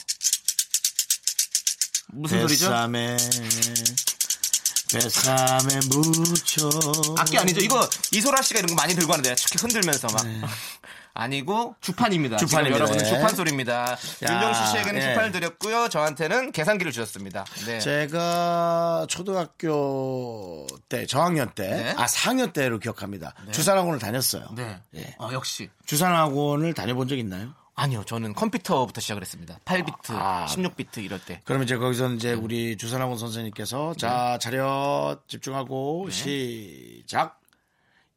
무슨 소리죠?
뱃삼에 뱃삼에 묻혀.
악기 아니죠? 이거 이소라 씨가 이런 거 많이 들고 하는데 이렇게 흔들면서 막 (laughs) 아니고 주판입니다. 지금
네. 주판입니다.
여러분은
네.
주판 소리입니다.
야,
윤정수 씨에게는
예.
주판을 드렸고요. 저한테는 계산기를 주셨습니다. 네.
제가 초등학교 때 저학년 때,
네.
아 4학년 때로 기억합니다. 주산학원을 다녔어요.
네.
예.
아, 역시
주산학원을 다녀본 적 있나요?
아니요. 저는 컴퓨터부터 시작을 했습니다. 8비트,
아.
16비트 이럴 때.
그러면 이제 거기서
네.
이제 우리 주산학원 선생님께서 자 차렷
네.
집중하고 시작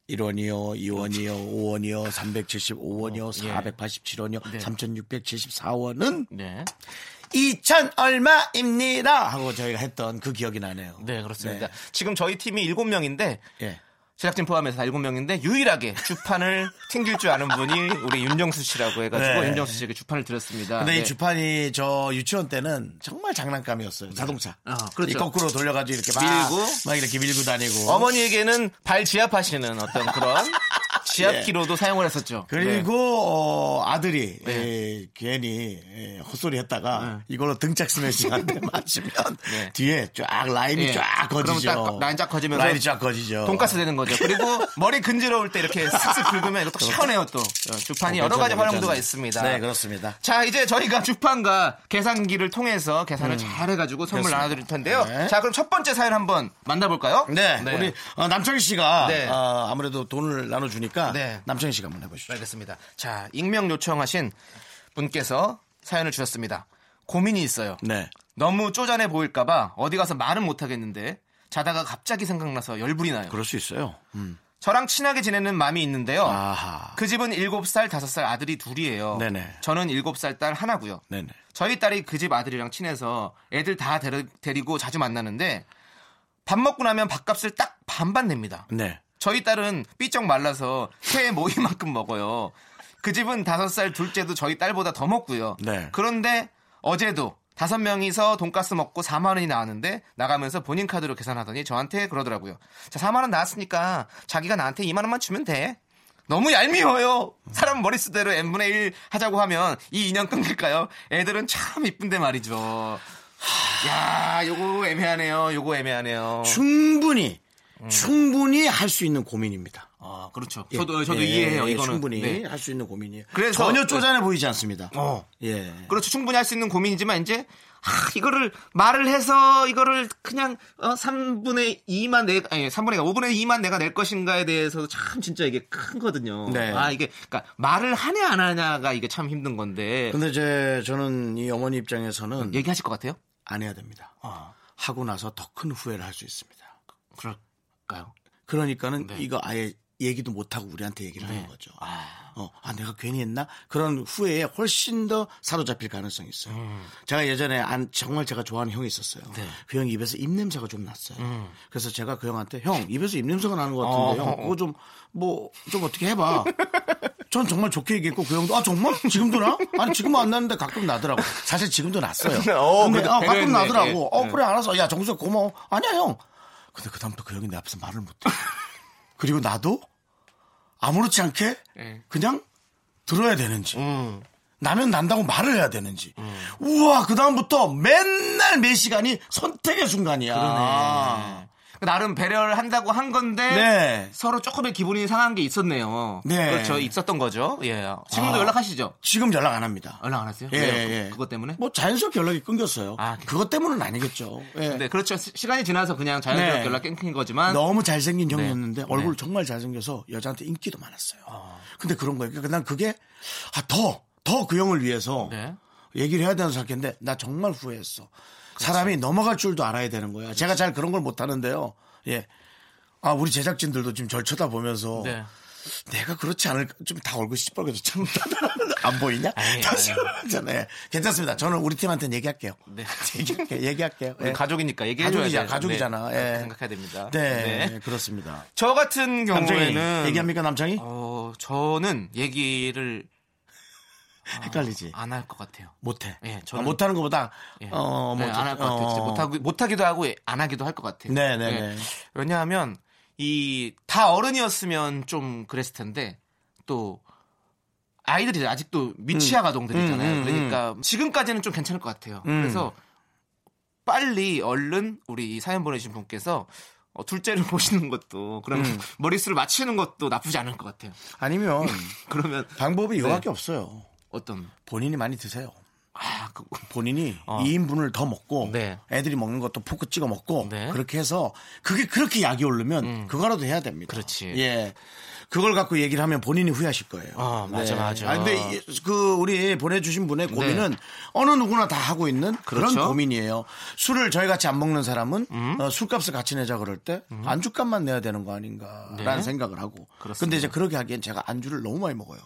1원이요, 2원이요, 5원이요,
어,
375원이요,
예.
487원이요, 3674원은
네.
2000 얼마입니다 하고 저희가 했던 그 기억이 나네요.
네, 그렇습니다. 지금 저희 팀이 7명인데
예.
제작진 포함해서 다 7명인데 유일하게 주판을 (laughs) 튕길 줄 아는 분이 우리 윤정수 씨라고 해 가지고
네.
윤정수 씨에게 주판을 드렸습니다.
근데
네.
이 주판이 저 유치원 때는 정말 장난감이었어요. 자동차.
아, 그렇죠.
이 거꾸로 돌려가지고 이렇게 막,
밀고. 어,
막 이렇게 밀고 다니고. (laughs)
어머니에게는 발 지압하시는 어떤 그런 지압기로도 사용을 했었죠.
예. 그리고 어, 아들이
네.
에, 괜히 에, 헛소리 했다가 이걸로 등짝 스매싱한테 (laughs) 맞으면
네.
뒤에 쫙 라인이
네.
쫙
그러면 딱
거지죠.
라인 쫙 거지면서
라인이 쫙 거지죠.
예. 돈가스 되는 거죠. 그리고 머리 근지러울 때 이렇게 슥슥 긁으면 이것도 시원해요 또. 어, 주판이
어,
여러
그렇죠.
가지
괜찮아요,
활용도가
괜찮아요.
있습니다.
네 그렇습니다.
자, 이제 저희가 주판과 계산기를 통해서 계산을 잘 해가지고
음.
선물
그렇습니다.
나눠드릴 텐데요.
네.
자, 그럼 첫 번째 사연 한번 만나볼까요?
네, 우리 어, 남창희 씨가
네.
어, 아무래도 돈을 나눠주니까
네.
남창희 씨가 한번 해보시죠.
알겠습니다. 자, 익명 요청하신 분께서 사연을 주셨습니다. 고민이 있어요.
네.
너무 쪼잔해 보일까봐 어디 가서 말은 못하겠는데 자다가 갑자기 생각나서 열불이 나요.
그럴 수 있어요. 음.
저랑 친하게 지내는 맘이 있는데요.
아하.
그 집은 7살, 5살 아들이 둘이에요.
네네.
저는 7살 딸 하나고요.
네네.
저희 딸이 그 집 아들이랑 친해서 애들 다 데려- 데리고 자주 만나는데 밥 먹고 나면 밥값을 딱 반반 냅니다.
네.
저희 딸은 삐쩍 말라서 새해 모이만큼 먹어요. 그 집은 다섯 살 둘째도 저희 딸보다 더 먹고요.
네.
그런데 어제도 다섯 명이서 돈가스 먹고 4만 원이 나왔는데 나가면서 본인 카드로 계산하더니 저한테 그러더라고요. 자, 4만 원 나왔으니까 자기가 나한테 2만 원만 주면 돼. 너무 얄미워요. 사람 머릿수대로 n분의 1 하자고 하면 이 인연 끊길까요? 애들은 참 이쁜데 말이죠. 야, 요거 애매하네요. 요거 애매하네요.
충분히 충분히 할 수 있는 고민입니다.
아, 그렇죠.
예.
음. 저도 저도
예,
이해해요.
예,
이거는
충분히
네.
할 수 있는 고민이에요.
그래서- 네.
전혀 쪼잔해 보이지 않습니다.
어.
예.
그렇죠. 충분히 할 수 있는 고민이지만 이제 아, 이거를 말을 해서 이거를 그냥 어, 3분의 2만 내 아니 3분의 2, 5분의 2만 내가 낼 것인가에 대해서 참 진짜 이게 큰거든요.
네.
아 이게 그러니까 말을 하냐 안 하냐가 이게 참 힘든 건데
근데 제 저는 이 어머니 입장에서는
얘기하실 것 같아요?
안 해야 됩니다.
아.
하고 나서 더 큰 후회를 할 수 있습니다.
그럴까요?
그러니까는
네.
이거 아예 얘기도 못 하고 우리한테 얘기를
네.
하는 거죠. 어, 아 내가 괜히 했나? 그런 후회에 훨씬 더 사로잡힐 가능성이 있어요.
음.
제가 예전에 안- 정말 제가 좋아하는 형이 있었어요.
네.
그 형이 입에서 입냄새가 좀 났어요. 그래서 제가 그 형한테 형 입에서 입냄새가 나는 것 같은데
음.
형
어, 어, 어.
그거 좀 뭐 좀 어떻게 해봐. 전 정말 좋게 얘기했고 그 형도 아 정말 지금도 나? 아니 지금은 안 나는데 가끔 나더라고. 사실 지금도 났어요.
어,
근데
그래도
아, 가끔
배려했네.
나더라고.
예.
어 그래 알았어. 야 정수야 고마워. 아니야 형. 근데 그 다음부터 그 형이 내 앞에서 말을 못해. 그리고 나도 아무렇지 않게
예.
그냥 들어야 되는지
음.
나면 난다고 말을 해야 되는지 우와 그 다음부터 맨날 매 시간이 선택의 순간이야.
아. 나름 배려를 한다고 한 건데
네.
서로 조금의 기분이 상한 게 있었네요.
네.
그렇죠. 있었던 거죠. 예. 지금도
아.
연락하시죠?
지금 연락 안 합니다.
연락 안 하세요?
예,
왜요?
예.
아, 그것 때문에?
뭐 자연스럽게 연락이 끊겼어요.
아,
그것 때문은 아니겠죠. 예.
네, 그렇죠. 시- 시간이 지나서 그냥 자연스럽게
네.
연락 끊긴 거지만
너무 잘생긴 형이었는데
네. 아.
얼굴 정말 잘생겨서 여자한테 인기도 많았어요. 근데 그런 거예요. 그러니까 난 그게 아, 더, 더 그 형을 위해서
네.
얘기를 해야 되는 생각인데 나 정말 후회했어.
그렇죠.
사람이 넘어갈 줄도 알아야 되는 거야. 제가 잘 그런 걸 못하는데요. 예. 아, 우리 제작진들도 지금 절 쳐다보면서
네.
내가 그렇지 않을까. 좀 다 얼굴 시뻘개져. 참, 안
(laughs)
보이냐? 다시 말하잖아요. 괜찮습니다. 저는 우리 팀한테는 얘기할게요.
네.
(laughs) 얘기할게요. 얘기할게요.
우리
예.
가족이니까 얘기해 줘야
가족이자,
돼요.
가족이잖아.
네.
예.
그렇게 생각해야 됩니다.
네,
네.
그렇습니다.
저 같은
남창이
경우에는
얘기합니까 남창이?
어, 저는 얘기를
헷갈리지.
안 할 것 같아요.
못해.
예,
아,
저는-
못하는 것보다
예.
어,
네, 안할 것 같아요. 진짜 못하고 못하기도 하고 예, 안 하기도 할 것 같아요. 예.
네, 네, 네.
왜냐하면 이 다 어른이었으면 좀 그랬을 텐데 또 아이들이 아직도 미취학 아동들이잖아요.
음, 음,
그러니까 지금까지는 좀 괜찮을 것 같아요.
음.
그래서 빨리 얼른 우리 이 사연 보내주신 분께서 어, 둘째를 (laughs) 보시는 것도 그럼
음.
머리수를 맞추는 것도 나쁘지 않을 것 같아요. (laughs)
아니면
그러면
방법이 이거밖에
네.
없어요.
어떤
본인이 많이 드세요.
아 그,
본인이
어.
2인분을 더 먹고
네.
애들이 먹는 것도 포크 찍어 먹고
네. 음.
그렇게 해서 그게 그렇게 약이 오르면 그거라도 해야 됩니다.
그렇지.
예. 그걸 갖고 얘기를 하면 본인이 후회하실 거예요.
아, 맞아, 맞아.
아 근데 이- 그 우리 보내주신 분의 고민은
네.
어느 누구나 다 하고 있는 그런
그렇죠.
고민이에요. 술을 저희 같이 안 먹는 사람은 어, 술값을 같이 내자 그럴 때 안주값만 내야 되는 거 아닌가라는
네.
생각을 하고.
그렇습니다. 음.
근데 이제 그렇게 하기엔 제가 안주를 너무 많이 먹어요.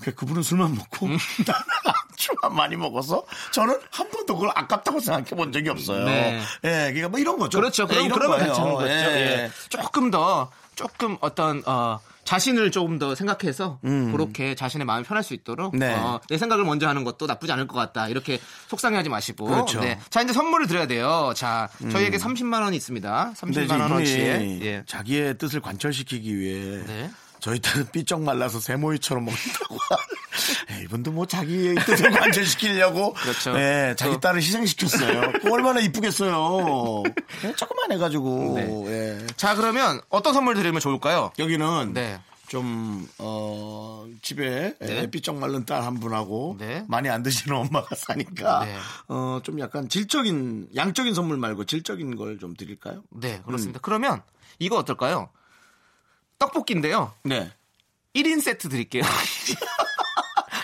그 그분은 술만 먹고 (laughs) 나는 안주만 많이 먹어서 저는 한 번도 그걸 아깝다고 생각해 본 적이 없어요.
네.
예, 그러니까 뭐 이런 거죠.
그렇죠.
예,
그럼
이런
그러면
거예요.
괜찮은 거죠.
예.
예. 조금 더 조금 어떤 어, 자신을 조금 더 생각해서 그렇게 자신의 마음이 편할 수 있도록
음. 네.
어, 내 생각을 먼저 하는 것도 나쁘지 않을 것 같다. 이렇게 속상해하지 마시고. 네.
그렇죠. 음.
자 이제 선물을 드려야 돼요. 자 저희에게 30만 원이 있습니다.
근데 이제 네.
30만 원어치.
이분이
예.
자기의 뜻을 관철시키기 위해
네.
저희 때는 (laughs) 삐쩍 말라서 새모이처럼 먹는다고 하는. 이분도 뭐 자기의 뜻을 관철시키려고.
그렇죠.
예, 자기
또-
딸을 희생시켰어요. 그거 얼마나 이쁘겠어요. 예, 조금만 해가지고.
네.
예.
자, 그러면 어떤 선물 드리면 좋을까요?
여기는
네.
좀, 어, 집에
네.
예, 삐쩍 말른 딸 한 분하고
네.
많이 안 드시는 엄마가 사니까
네.
어, 좀 약간 질적인, 양적인 선물 말고 질적인 걸 좀 드릴까요?
네,
음.
그렇습니다. 그러면 이거 어떨까요? 떡볶이인데요.
네.
1인 세트
(laughs)
드릴게요.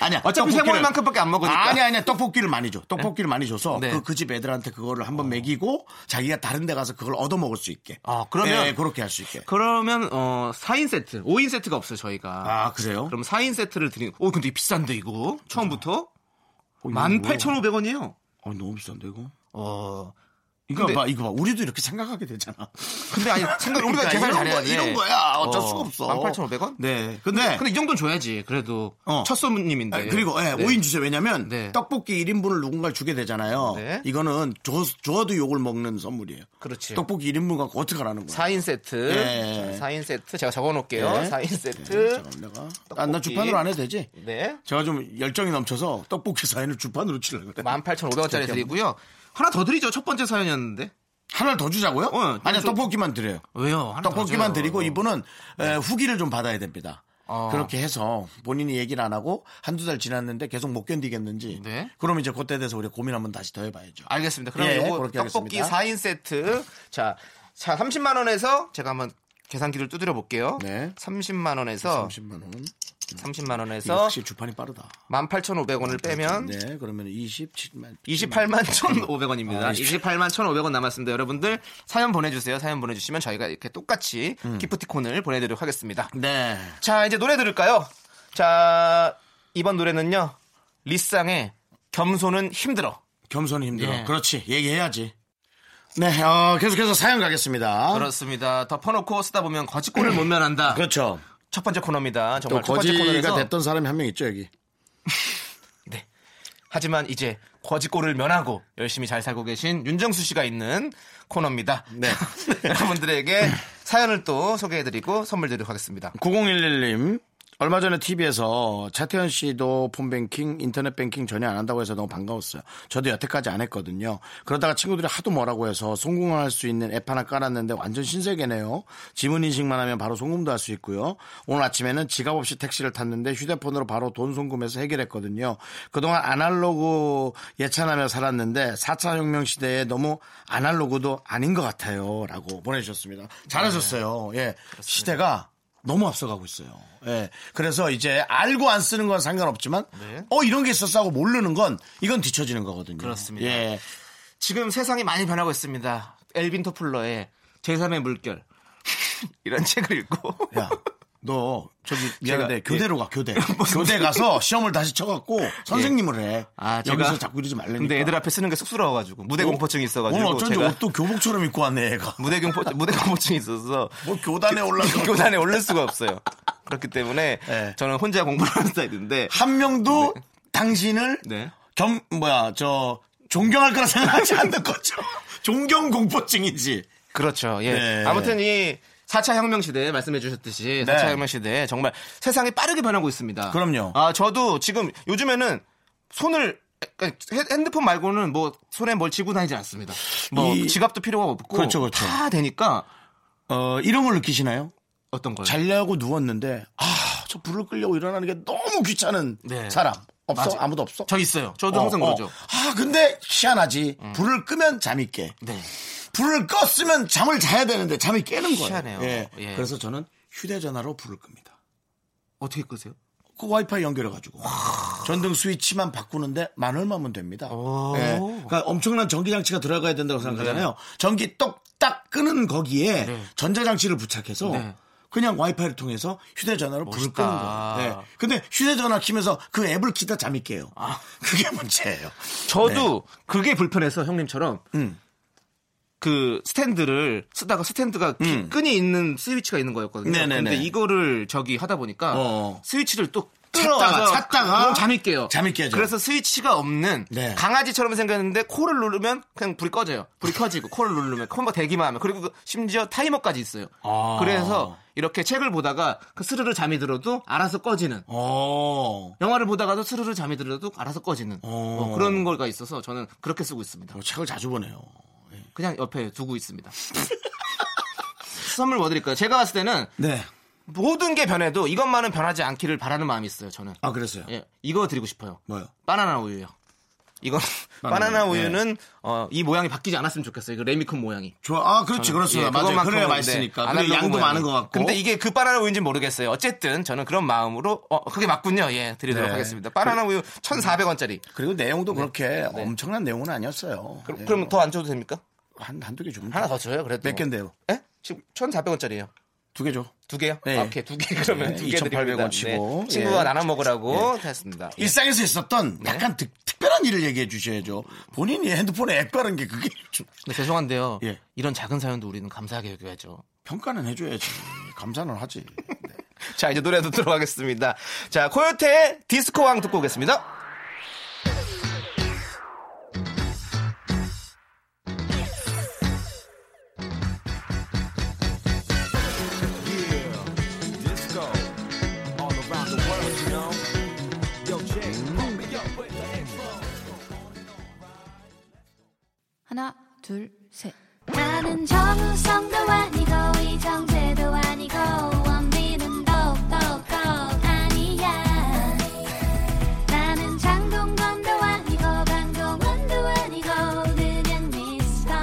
아니야.
어차피
떡볶이를-
생얼만큼밖에 안 먹으니까.
아니 아니야 떡볶이를 많이 줘 떡볶이를 많이 줘서
그러니까. 네. 어.
그 그 집 애들한테 그거를 한번 먹이고 자기가 다른 데 가서 그걸 얻어 먹을 수 있게
아, 그러면-
네, 그렇게 할 수 있게
그러면 어 4인 세트, 5인 세트가 없어요, 저희가.
아 그래요
그럼 4인 세트를 드리. 오, 근데 이거 비싼데 이거. 처음부터
어, 이거
18,500원이에요.
아 너무 비싼데 이거
어.
이거
근데-
봐 이거 봐 우리도 이렇게 생각하게 되잖아 (laughs)
근데 아니 생각 우리가
그러니까
계산
이런
잘해야 네.
거-
돼.
이런 거야. 어쩔 수가 없어.
18,500원?
네 근데,
근데 이 정도는 줘야지. 그래도
어.
첫 손님인데.
아, 그리고 예,
네.
5인 주세요. 왜냐면
네.
떡볶이 1인분을 누군가 주게 되잖아요.
네.
이거는 줘, 줘도 욕을 먹는 선물이에요.
그렇지.
떡볶이 1인분 갖고 어떻게 하라는 거야?
4인 세트.
예.
자, 4인 세트 제가 적어 놓을게요.
네.
4인
네,
세트.
잠깐만, 내가 아, 나
떡볶이.
주판으로 안 해도 되지?
네.
제가 좀 열정이 넘쳐서 떡볶이 사연을 주판으로 치려고 그래.
18,500원짜리 드리고요. 하나 더 드리죠. 첫 번째 사연이었는데.
하나를 더 주자고요?
어,
아니요,
좀-
떡볶이만 드려요.
왜요? 하나 더
떡볶이만
줘요. 네.
드리고 이분은 에, 후기를 좀 받아야 됩니다.
어.
그렇게 해서 본인이 얘기를 안 하고 한두 달 지났는데 계속 못 견디겠는지.
네. 아,
그럼 이제 그때 대해서 우리 고민 한번 다시 더 해봐야죠.
알겠습니다. 그럼
예,
요거
그렇게
떡볶이
하겠습니다.
4인 세트. 자, 자 30만 원에서 제가 한번 계산기를 두드려 볼게요.
네.
30만 원에서 30.
30만원.
만 원에서
역시 주판이 빠르다.
18,500원을 빼면
네, 그러면 27만.
28만 1,500원입니다.
아,
28만 1,500원 남았습니다. 여러분들 사연 보내주세요. 사연 보내주시면 저희가 이렇게 똑같이
음.
기프티콘을 보내드리도록 하겠습니다.
네.
자, 이제 노래 들을까요? 자, 이번 노래는요. 리쌍의 겸손은 힘들어.
겸손이 힘들어.
예.
그렇지. 얘기해야지. 네, 어, 계속해서 사연 가겠습니다.
그렇죠. 그렇습니다. 덮어놓고 쓰다 보면 거짓골을 못 면한다.
그렇죠.
첫 번째 코너입니다.
또
정말 첫 번째
거지가
코너에서
됐던 사람이 한 명 있죠, 여기.
하지만 이제 거짓골을 면하고 열심히 잘 살고 계신 윤정수 씨가 있는 코너입니다. (laughs)
네.
여러분들에게 사연을 또 소개해드리고 선물 드리도록 하겠습니다.
9011님 얼마 전에 TV에서 차태현 씨도 폰뱅킹, 인터넷 뱅킹 전혀 안 한다고 해서 너무 반가웠어요. 저도 여태까지 안 했거든요. 그러다가 친구들이 하도 뭐라고 해서 송금할 수 있는 앱 하나 깔았는데 완전 신세계네요. 지문 인식만 하면 바로 송금도 할 수 있고요. 오늘 아침에는 지갑 없이 택시를 탔는데 휴대폰으로 바로 돈 송금해서 해결했거든요. 그동안 아날로그 예찬하며 살았는데 4차 혁명 시대에 너무 아날로그도 아닌 것 같아요. 라고 보내주셨습니다. 잘하셨어요. 예. 시대가 너무 앞서가고 있어요. 예. 그래서 이제 알고 안 쓰는 건 상관없지만,
네.
어, 이런 게 있었어 하고 모르는 건 이건 뒤처지는 거거든요.
그렇습니다.
예.
지금 세상이 많이 변하고 있습니다. 엘빈 토플러의 제3의 물결 (laughs) 이런 책을 읽고
야. 너 저기 미안한데
제가- 예.
교대로 가
(laughs)
교대 교대 가서 시험을 다시 쳐갖고 선생님을 해
아, 제가-
여기서 자꾸 이러지 말라니까
근데 애들 앞에 쓰는 게 쑥스러워가지고 무대 공포증이 있어가지고
오늘 어쩐지
제가
옷도 교복처럼 입고 왔네 얘가
무대 공포 무대 공포증이 있어서
뭐 교단에 올라서
(laughs) 교단에 올릴 수가 없어요. 그렇기 때문에
네.
저는 혼자 공부를 하는 스타일인데
한 명도 당신을
네.
겸 뭐야 저 존경할 거라 생각하지 않는
(laughs)
거죠 존경 공포증이지
그렇죠. 예.
네.
아무튼 이 4차 혁명 시대에 말씀해 주셨듯이 4차
네.
혁명 시대에 정말 세상이 빠르게 변하고 있습니다.
그럼요.
아, 저도 지금 요즘에는 손을 그러니까 헤- 핸드폰 말고는 뭐 손에 뭘 쥐고 다니지 않습니다. 뭐
이-
지갑도 필요가 없고
그렇죠, 그렇죠.
다 되니까
어 이런 걸 느끼시나요?
어떤 거요?
자려고 누웠는데 아 저 불을 끄려고 일어나는 게 너무 귀찮은
네.
사람 없어
맞아.
아무도 없어
저 있어요. 저도
어,
항상
어.
그러죠.
아 근데 희한하지 불을 끄면 잠이 깨
네.
불을 껐으면 잠을 자야 되는데 잠이 깨는 거예요
희한해요.
예.
예.
그래서 저는 휴대전화로 불을 끕니다
어떻게 끄세요?
그 와이파이 연결해가지고 전등 스위치만 바꾸는데 만 얼마면 됩니다.
오.
예. 그러니까 엄청난 전기 장치가 들어가야 된다고 생각하잖아요.
네.
전기 똑딱 끄는 거기에 전자 장치를 부착해서
네.
그냥 와이파이를 통해서 휴대전화로 불을
멋있다.
끄는 거예요. 예. 근데 휴대전화 키면서 그 앱을 키다 잠이 깨요.
아.
(laughs) 그게 문제예요.
저도 그게 불편해서 형님처럼
음.
그 스탠드를 쓰다가 스탠드가 기- 끈이 있는 스위치가 있는 거였거든요.
음. 네네네.
근데 이거를 저기 하다 보니까
어어.
스위치를 또 끄고 끌어
찾다가,
와서
찾다가
그럼 잠이 깨요.
잠이 깨죠.
그래서 스위치가 없는
네.
강아지처럼 생겼는데 코를 누르면 그냥 불이 꺼져요. 불이 켜지고 코를 누르면 콤보 대기만 하면 그리고 그 심지어 타이머까지 있어요.
아.
그래서 이렇게 책을 보다가 그 스르르 잠이 들어도 알아서 꺼지는
어.
영화를 보다가도 스르르 잠이 들어도 알아서 꺼지는 뭐 그런 거가 있어서 저는 그렇게 쓰고 있습니다.
어, 책을 자주 보네요.
그냥 옆에 두고 있습니다. (laughs) 선물 뭐 드릴까요? 제가 봤을 때는
네.
모든 게 변해도 이것만은 변하지 않기를 바라는 마음이 있어요. 저는
아, 그랬어요.
예, 이거 드리고 싶어요.
뭐요?
바나나 우유요. 이건
(laughs) 바나나,
바나나, 우유는 어, 이 모양이 바뀌지 않았으면 좋겠어요. 그 레미콘 모양이.
좋아. 아, 그렇지,
저는,
그렇습니다.
예,
맞아요.
그것만큼은,
그래야
네,
맛있으니까.
아날로그
근데 양도
모양이.
많은 것 같고.
근데 이게 그 바나나 우유인지 모르겠어요. 어쨌든 저는 그런 마음으로 어, 그게 맞군요. 예, 드리도록
네.
하겠습니다. 바나나 우유 1,400원짜리.
그리고 내용도 그렇게 엄청난 내용은 아니었어요.
네. 그럼,
예, 뭐
그럼 더 안 줘도 됩니까?
한, 한두 개 주면.
하나
돼.
더 줘요. 그래도
몇 갠데요?
예? 지금 1,400원짜리예요.
두 개 줘.
두 개요?
네.
아, 오케이 두 개 그러면
네,
두 개 드립니다.
2800원 치고.
네. 친구와
예.
나눠 먹으라고 했습니다. 예.
일상에서 있었던 약간 특, 특별한 일을 얘기해 주셔야죠. 본인이 핸드폰에 앱 바른 게 그게 좀
근데 죄송한데요.
예.
이런 작은 사연도 우리는 감사하게 여겨야죠.
평가는 해줘야지. 감사는
(laughs)
하지. 네.
자 이제 노래 듣도록 하겠습니다. 자 코요태의 디스코왕 듣고 오겠습니다.
하나, 둘, 셋.
나는 정우성도 아니고 이정재도 아니고 원빈은 더욱더 아니야 나는 장동건도 아니고 강동원도 아니고 그냥 미스터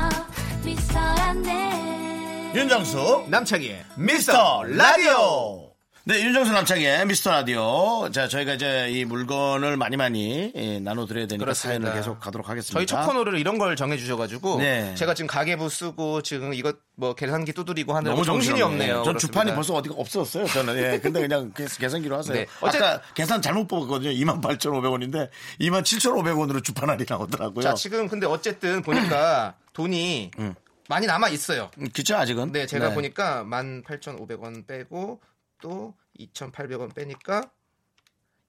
미스터란데
윤정수
남창희의
미스터 라디오. 네, 윤정수 남창의 미스터 라디오. 자, 저희가 이제 이 물건을 많이 많이 예, 나눠드려야 되니까
그렇습니다.
사연을 계속 가도록 하겠습니다.
저희 첫 코너를 이런 걸 정해주셔가지고
네.
제가 지금 가계부 쓰고 지금 이것 뭐 계산기 두드리고 하느라
너무
뭐 정신이
전
없네요. 그렇습니다.
주판이 벌써 어디가 없었어요. 저는 예, 근데 그냥 계- 계산기로 하세요.
네. 어쨌-
아까 계산 잘못 뽑았거든요. 28,500원인데 27,500원으로 주판 할인 나오더라고요.
자 지금 근데 어쨌든 (clears throat) 보니까 돈이 많이 남아 있어요.
그쵸 음, 아직은?
네, 제가
네.
보니까 18,500원 빼고 또 2,800원 빼니까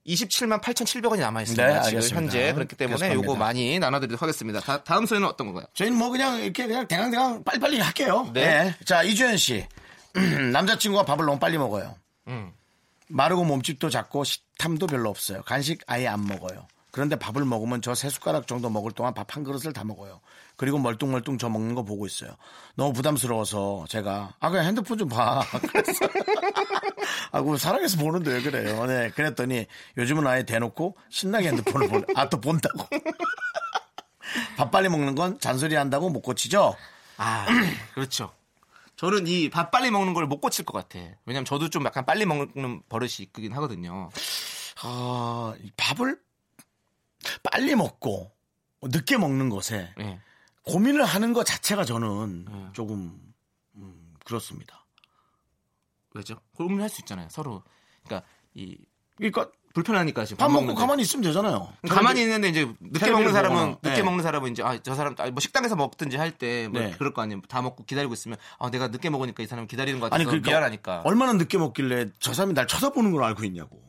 27만 8,700원이 남아 있습니다.
네,
지금
알겠습니다.
현재 그렇기 때문에
계속합니다.
요거 많이 나눠 드리도록 하겠습니다. 다, 음 소리는 어떤 건가요?
저희는 뭐 그냥 이렇게 그냥 대강대강 빨리빨리 할게요.
네.
네. 자, 이주연 씨. (clears throat) 남자친구가 밥을 너무 빨리 먹어요. 마르고 몸집도 작고 식탐도 별로 없어요. 간식 아예 안 먹어요. 그런데 밥을 먹으면 저 세 숟가락 정도 먹을 동안 밥 한 그릇을 다 먹어요. 그리고 멀뚱멀뚱 저 먹는 거 보고 있어요. 너무 부담스러워서 제가 아 그냥 핸드폰 좀 봐. (laughs) 그래서 아고 사랑해서 보는데 왜 그래요? 네 그랬더니 요즘은 아예 대놓고 신나게 핸드폰을 보는 아또 본다고. 밥 빨리 먹는 건 잔소리 한다고 못 고치죠?
아, (clears throat) 그렇죠. 저는 이 밥 빨리 먹는 걸 못 고칠 것 같아. 왜냐면 저도 좀 약간 빨리 먹는 버릇이 있긴 하거든요.
아, 이 밥을 빨리 먹고 늦게 먹는 것에
예.
고민을 하는 것 자체가 저는 조금 음, 그렇습니다.
왜죠? 고민할 수 있잖아요. 서로. 그러니까 이
그러니까
불편하니까 지금
밥 먹고
먹는데.
가만히 있으면 되잖아요.
가만히 있는데 이제 늦게
텔레비를
먹는 사람은
보거나.
늦게
네.
먹는 사람은 이제 아 저 사람 아, 뭐 식당에서 먹든지 할 때 뭐
네.
그럴 거 아니에요. 다 먹고 기다리고 있으면 아 내가 늦게 먹으니까 이 사람은 기다리는 것 같아서
아니 그러니까
미안하니까.
얼마나 늦게 먹길래 저 사람이 날 쳐다보는 걸 알고 있냐고.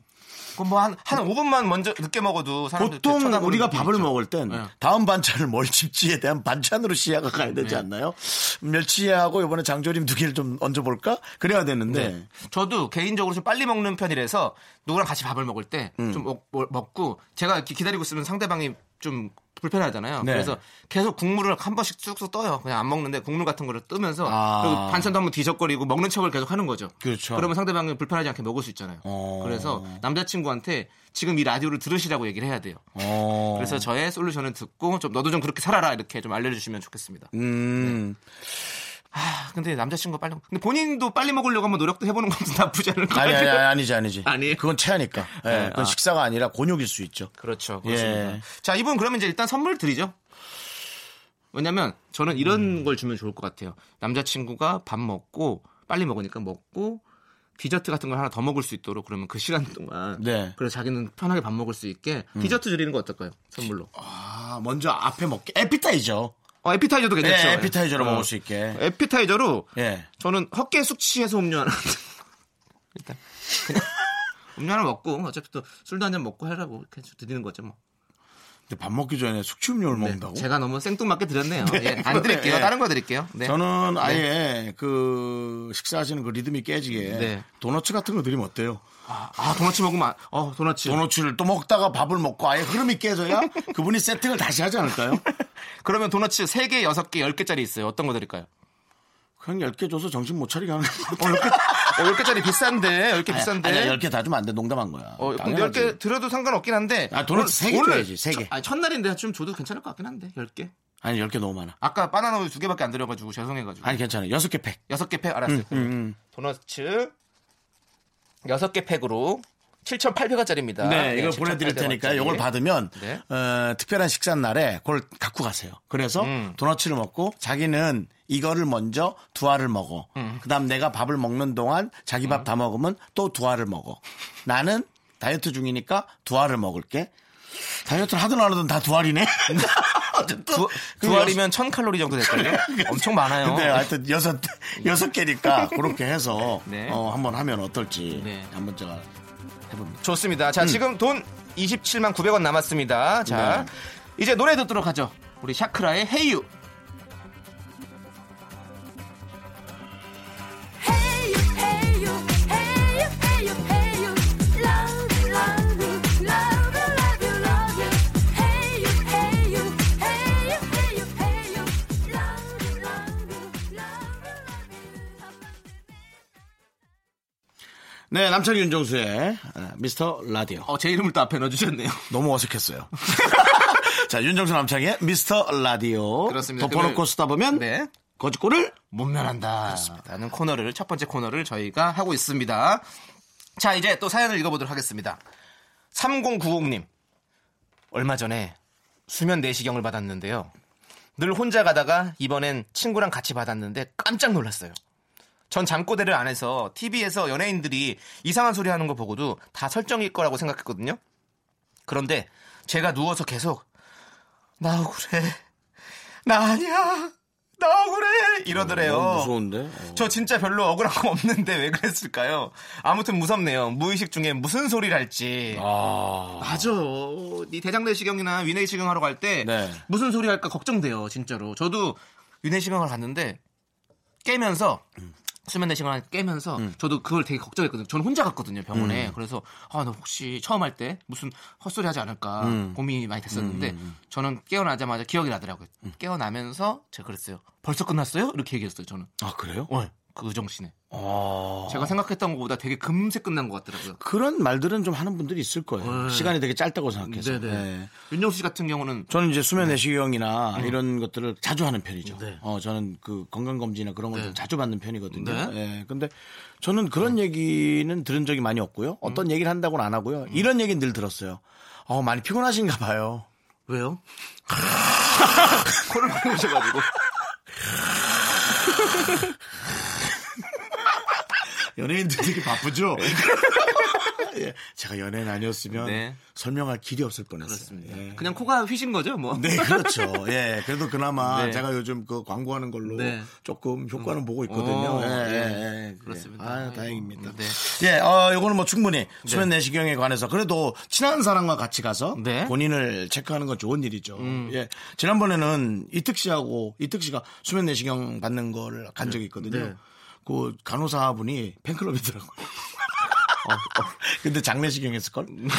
그럼 뭐한한 5분만 먼저 늦게 먹어도 사람들
보통 우리가 밥을 먹을 땐
네.
다음 반찬을 뭘 집지에 대한 반찬으로 시야가 가야 되지 않나요? 멸치하고 이번에 장조림 두 개를 좀 얹어볼까? 그래야 되는데
네. 저도 개인적으로 좀 빨리 먹는 편이라서 누구랑 같이 밥을 먹을 때
음.
좀 먹고 제가 이렇게 기다리고 있으면 상대방이 좀 불편하잖아요.
네.
그래서 계속 국물을 한 번씩 쑥쑥 떠요. 그냥 안 먹는데 국물 같은 거를 뜨면서
아.
그리고 반찬도 한번 뒤적거리고 먹는 척을 계속 하는 거죠.
그렇죠.
러면 상대방이 불편하지 않게 먹을 수 있잖아요.
어.
그래서 남자친구한테 지금 이 라디오를 들으시라고 얘기를 해야 돼요.
어.
그래서 저의 솔루션을 듣고 좀 너도 좀 그렇게 살아라 이렇게 좀 알려주시면 좋겠습니다.
음.
아, 근데 남자친구가 빨리 먹- 근데 본인도 빨리 먹으려고 한번 노력도 해보는 것도 (laughs) 나쁘지 않을 것
아니, 아니,
(laughs) 같아요.
아니, 지 아니지.
아니에요?
그건 체하니까. 예,
네,
그건
아.
식사가 아니라 곤욕일 수 있죠.
그렇죠.
예.
그렇습니다. 자, 이분 그러면 이제 일단 선물 드리죠. 왜냐면 저는 이런
음.
걸 주면 좋을 것 같아요. 남자친구가 밥 먹고 빨리 먹으니까 먹고 디저트 같은 걸 하나 더 먹을 수 있도록 그러면 그 시간 동안
네. 음.
그래서 자기는 편하게 밥 먹을 수 있게 디저트 드리는 거 어떨까요? 선물로.
아, 먼저 앞에 먹게. 에피타이저.
어, 에피타이저도
네,
괜찮죠.
에피타이저로
어.
먹을 수 있게.
에피타이저로
예.
(laughs)
(laughs)
저는 헛개 숙취해소 음료 하나. 일단 그냥 음료 하나 먹고 어차피 또 술도 한잔 먹고 하라고 이렇게 드리는 거죠 뭐.
근데 밥 먹기 전에 숙취 음료를
네,
먹는다고?
제가 너무
(laughs)
생뚱맞게 드렸네요. 예,
그거는,
안 드릴게요.
예.
다른 거 드릴게요. 네.
저는 아예 그 식사하시는 그 리듬이 깨지게
네.
도너츠 같은 거 드리면 어때요?
아, 아 도넛 먹으면 안-
(laughs)
어 도넛
도너츠를 또 먹다가 밥을 먹고 아예 흐름이
(laughs)
깨져야 그분이 세팅을 다시 하지 않을까요?
그러면 도넛 3개, 6개, 10개짜리 있어요. 어떤 거 드릴까요?
그냥 10개 줘서 정신 못 차리게 하는 거.
어, 10개, 어, 10개짜리 비싼데. 10개 비싼데.
아니야, 10개 다 주면 안 돼. 농담한 거야.
어, 근데
당연하지.
10개 드려도 상관없긴 한데.
아, 도넛
오늘-
세개
오늘
줘야지, 세 개.
첫- 아니, 첫날인데 좀 줘도 괜찮을 것 같긴 한데. 10개.
아니, 10개 너무 많아.
아까 바나나 우유 2개밖에 안 드려가지고 죄송해가지고.
아니, 음, 괜찮아. 6개 팩.
6개 팩 알았어요. 도넛츠 6개 팩으로 7,800원짜리입니다.
네, 이걸 보내드릴 테니까 이걸 받으면
네.
어, 특별한 식사 날에 그걸 갖고 가세요. 그래서
음.
도너츠를 먹고 자기는 이거를 먼저 두 알을 먹어. 그다음 내가 밥을 먹는 동안 자기
음.
밥 다 먹으면 또 두 알을 먹어. 나는 다이어트 중이니까 두 알을 먹을게. 다이어트를 하든 안 하든 다 두 알이네. (laughs) 어쨌든
두, 두
그리고
알이면 어. 1000칼로리 정도 (laughs) 될걸요? 엄청 그렇죠. 많아요.
근데 하여튼 여섯 (laughs) 여섯 개니까 그렇게 해서
네.
어, 한번 하면 어떨지
네.
한번 제가
음.
해봅니다.
좋습니다. 자, 지금 돈 27만 900원 남았습니다. 자,
네.
이제 노래 듣도록 하죠. 우리 샤크라의 헤이유.
Hey hey hey hey hey love love love love you love you hey hey hey hey hey love love love
네, 남창 윤정수의 어, 미스터 라디오.
어, 제 이름을 또 앞에 넣어주셨네요.
(laughs) 너무
(laughs)
어색했어요. 자, 윤정수 남창의 미스터 라디오.
그렇습니다.
덮어놓고
그걸-
쓰다 보면
네.
거짓골을
못 면한다. 라는 코너를, 첫 번째 코너를 저희가 하고 있습니다. 자, 이제 또 사연을 읽어보도록 하겠습니다. 3090님. 얼마 전에 수면 내시경을 받았는데요. 늘 혼자 가다가 이번엔 친구랑 같이 받았는데 깜짝 놀랐어요. 전 잠꼬대를 안 해서 TV에서 연예인들이 이상한 소리 하는 거 보고도 다 설정일 거라고 생각했거든요. 그런데 제가 누워서 계속 나 억울해. 나 아니야. 나 억울해. 이러더래요.
어, 무서운데?
어. 저 진짜 별로 억울한 거 없는데 왜 그랬을까요? 아무튼 무섭네요. 무의식 중에 무슨 소리를 할지. 맞아. 이 대장내시경이나 위내시경 하러 갈 때
네.
무슨 소리 할까 걱정돼요, 진짜로. 저도 위내시경을 갔는데 깨면서 수면 내시경을 깨면서 저도 그걸 되게 걱정했거든요. 저는 혼자 갔거든요, 병원에. 그래서 아, 나 혹시 처음 할 때 무슨 헛소리 하지 않을까 고민이 많이 됐었는데 저는 깨어나자마자 기억이 나더라고요. 깨어나면서 제가 그랬어요. 벌써 끝났어요? 이렇게 얘기했어요, 저는.
아, 그래요?
어, 그 정신에.
아.
제가 생각했던 것보다 되게 금세 끝난 것 같더라고요.
그런 말들은 좀 하는 분들이 있을 거예요.
네.
시간이 되게 짧다고 생각해서. 네.
윤정수 씨 같은 경우는
저는 이제 수면 내시경이나 이런 것들을 자주 하는 편이죠.
네.
어, 저는 그 건강검진이나 그런 걸좀
네.
자주 받는 편이거든요.
네.
예. 근데 저는 그런 얘기는 들은 적이 많이 없고요. 어떤 얘기를 한다고는 안 하고요. 이런 얘기는 늘 들었어요. 어, 많이 피곤하신가 봐요.
왜요? (laughs) 코를 많이 오셔가지고
연예인들 되게 바쁘죠? (laughs) 예, 제가 연예인 아니었으면
네.
설명할 길이 없을 뻔했어요.
그렇습니다.
예.
그냥 코가 휘신 거죠, 뭐.
네, 그렇죠. 예, 그래도 그나마
네.
제가 요즘 그 광고하는 걸로
네.
조금 효과는 보고 있거든요.
오,
예,
네.
예, 예.
그렇습니다.
아,
아이고.
다행입니다.
네.
예, 어, 요거는 뭐 충분히 수면 내시경에 관해서 그래도 친한 사람과 같이 가서
네. 음.
본인을 체크하는 건 좋은 일이죠. 예, 지난번에는 이특 씨하고 이특 씨가 수면 내시경 받는 거를 간 적이 있거든요.
네.
그 간호사분이 팬클럽이더라고요.
어,
(laughs) 근데 장례식경 했을걸?
네.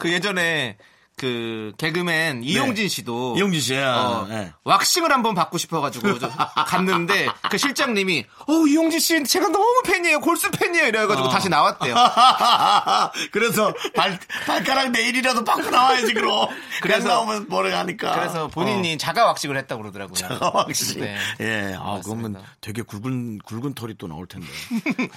그 예전에 그 개그맨 이용진 씨도
네. 이용진 씨야.
어,
예.
왁싱을 한번 받고 싶어가지고 저 갔는데 그 실장님이 어 이용진 씨 제가 너무 팬이에요 골수 팬이에요
아.
이래가지고 다시
(laughs)
나왔대요.
그래서 발, 발가락 내일이라도 받고 나와야지 그럼. 그냥
그래서-
나오면 뭐래 하니까.
그래서 본인이 자가 왁싱을 했다고 그러더라고요.
어. 확실히.
네.
예, 아,
맞습니다.
그러면 되게 굵은, 굵은 털이 또 나올
(laughs)
텐데.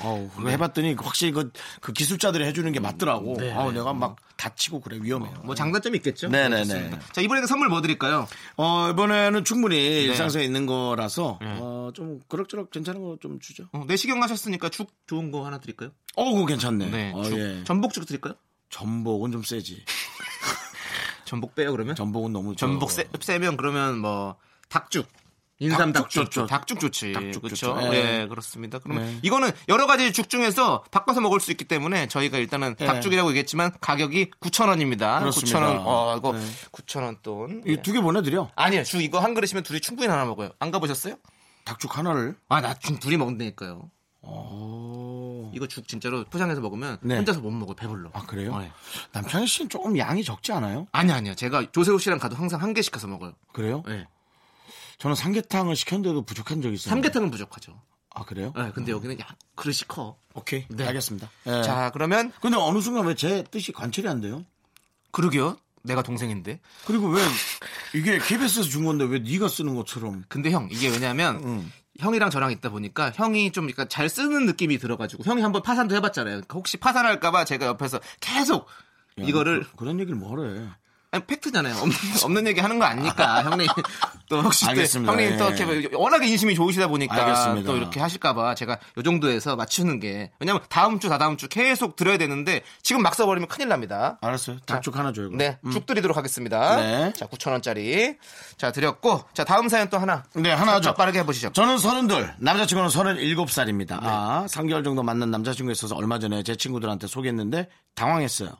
어우, 그거 해봤더니 확실히 그, 그 기술자들이 해주는 게 맞더라고.
네.
아우, 내가 막 다치고 그래, 위험해요.
뭐 장단점이 있겠죠.
네네네.
좋습니다. 자 이번에는 선물 뭐 드릴까요?
어, 이번에는 충분히
네.
일상성에 있는 거라서, 어, 좀 그럭저럭 괜찮은 거 좀 주죠.
어, 내시경 하셨으니까 죽 좋은 거 하나 드릴까요?
어, 그거 괜찮네.
네.
어,
죽.
예.
전복죽 드릴까요?
전복은 좀 세지.
전복 빼요 그러면?
전복은 너무 저-
전복 세, 세면 그러면 뭐 닭죽 인삼
닭죽 좋죠.
닭죽 닭죽 좋지.
닭죽
그렇죠.
좋죠. 예.
예, 그렇습니다. 그럼
네.
이거는 여러 가지 죽 중에서 바꿔서 먹을 수 있기 때문에 저희가 일단은
예.
닭죽이라고 얘기했지만 가격이 9,000원입니다.
그렇습니다.
9,000원. 어, 이거
네.
9,000원 돈. 예.
이 두 개 보내드려.
아니요. 죽 이거 한 그릇이면 둘이 충분히 나눠 먹어요. 안 가보셨어요?
닭죽 하나를.
아, 나 죽 둘이 먹는다니까요.
오.
이거 죽 진짜로 포장해서 먹으면
네.
혼자서 못 먹어요. 배불러.
아 그래요?
어, 예.
남창희 씨는 조금 양이 적지 않아요?
아니 아니요. 제가 조세호 씨랑 가도 항상 한 개 시켜서 먹어요.
그래요?
예.
네. 저는 삼계탕을 시켰는데도 부족한 적이 있어요.
삼계탕은 부족하죠.
아 그래요?
예, 근데 여기는 야, 그릇이 커.
오케이.
네.
알겠습니다. 예.
자, 그러면
근데 어느 순간 왜 제 뜻이 관철이 안 돼요?
그러게요. 내가 동생인데.
그리고 왜 이게 KBS에서 준 건데 왜 네가 쓰는 것처럼?
근데 형 이게 왜냐하면
음.
형이랑 저랑 있다 보니까 형이 좀 그러니까 잘 쓰는 느낌이 들어가지고 형이 한번 파산도 해봤잖아요. 그러니까 혹시 파산할까봐 제가 옆에서 계속
야,
이거를
그, 런 얘기를 뭐래?
아니, 팩트잖아요.
(laughs)
없는, 없는 얘기 하는 거 아니까 형님 또 혹시 또
알겠습니다.
형님 또
예.
이렇게 워낙에 인심이 좋으시다 보니까
알겠습니다.
또 이렇게 하실까봐 제가 요 정도에서 맞추는 게 왜냐면 다음 주 다다음 주 계속 들어야 되는데 지금 막 써버리면 큰일 납니다.
알았어요. 닭죽 하나 줘요. 그럼.
네,
음.
쭉 드리도록 하겠습니다.
네.
자, 9,000원짜리. 자, 드렸고. 자, 다음 사연 또 하나.
네, 하나
자,
줘.
빠르게 해보시죠.
저는 서른둘, 남자친구는 서른일곱 살입니다. 아, 3개월 정도 만난 남자친구 있어서 얼마 전에 제 친구들한테 소개했는데 당황했어요.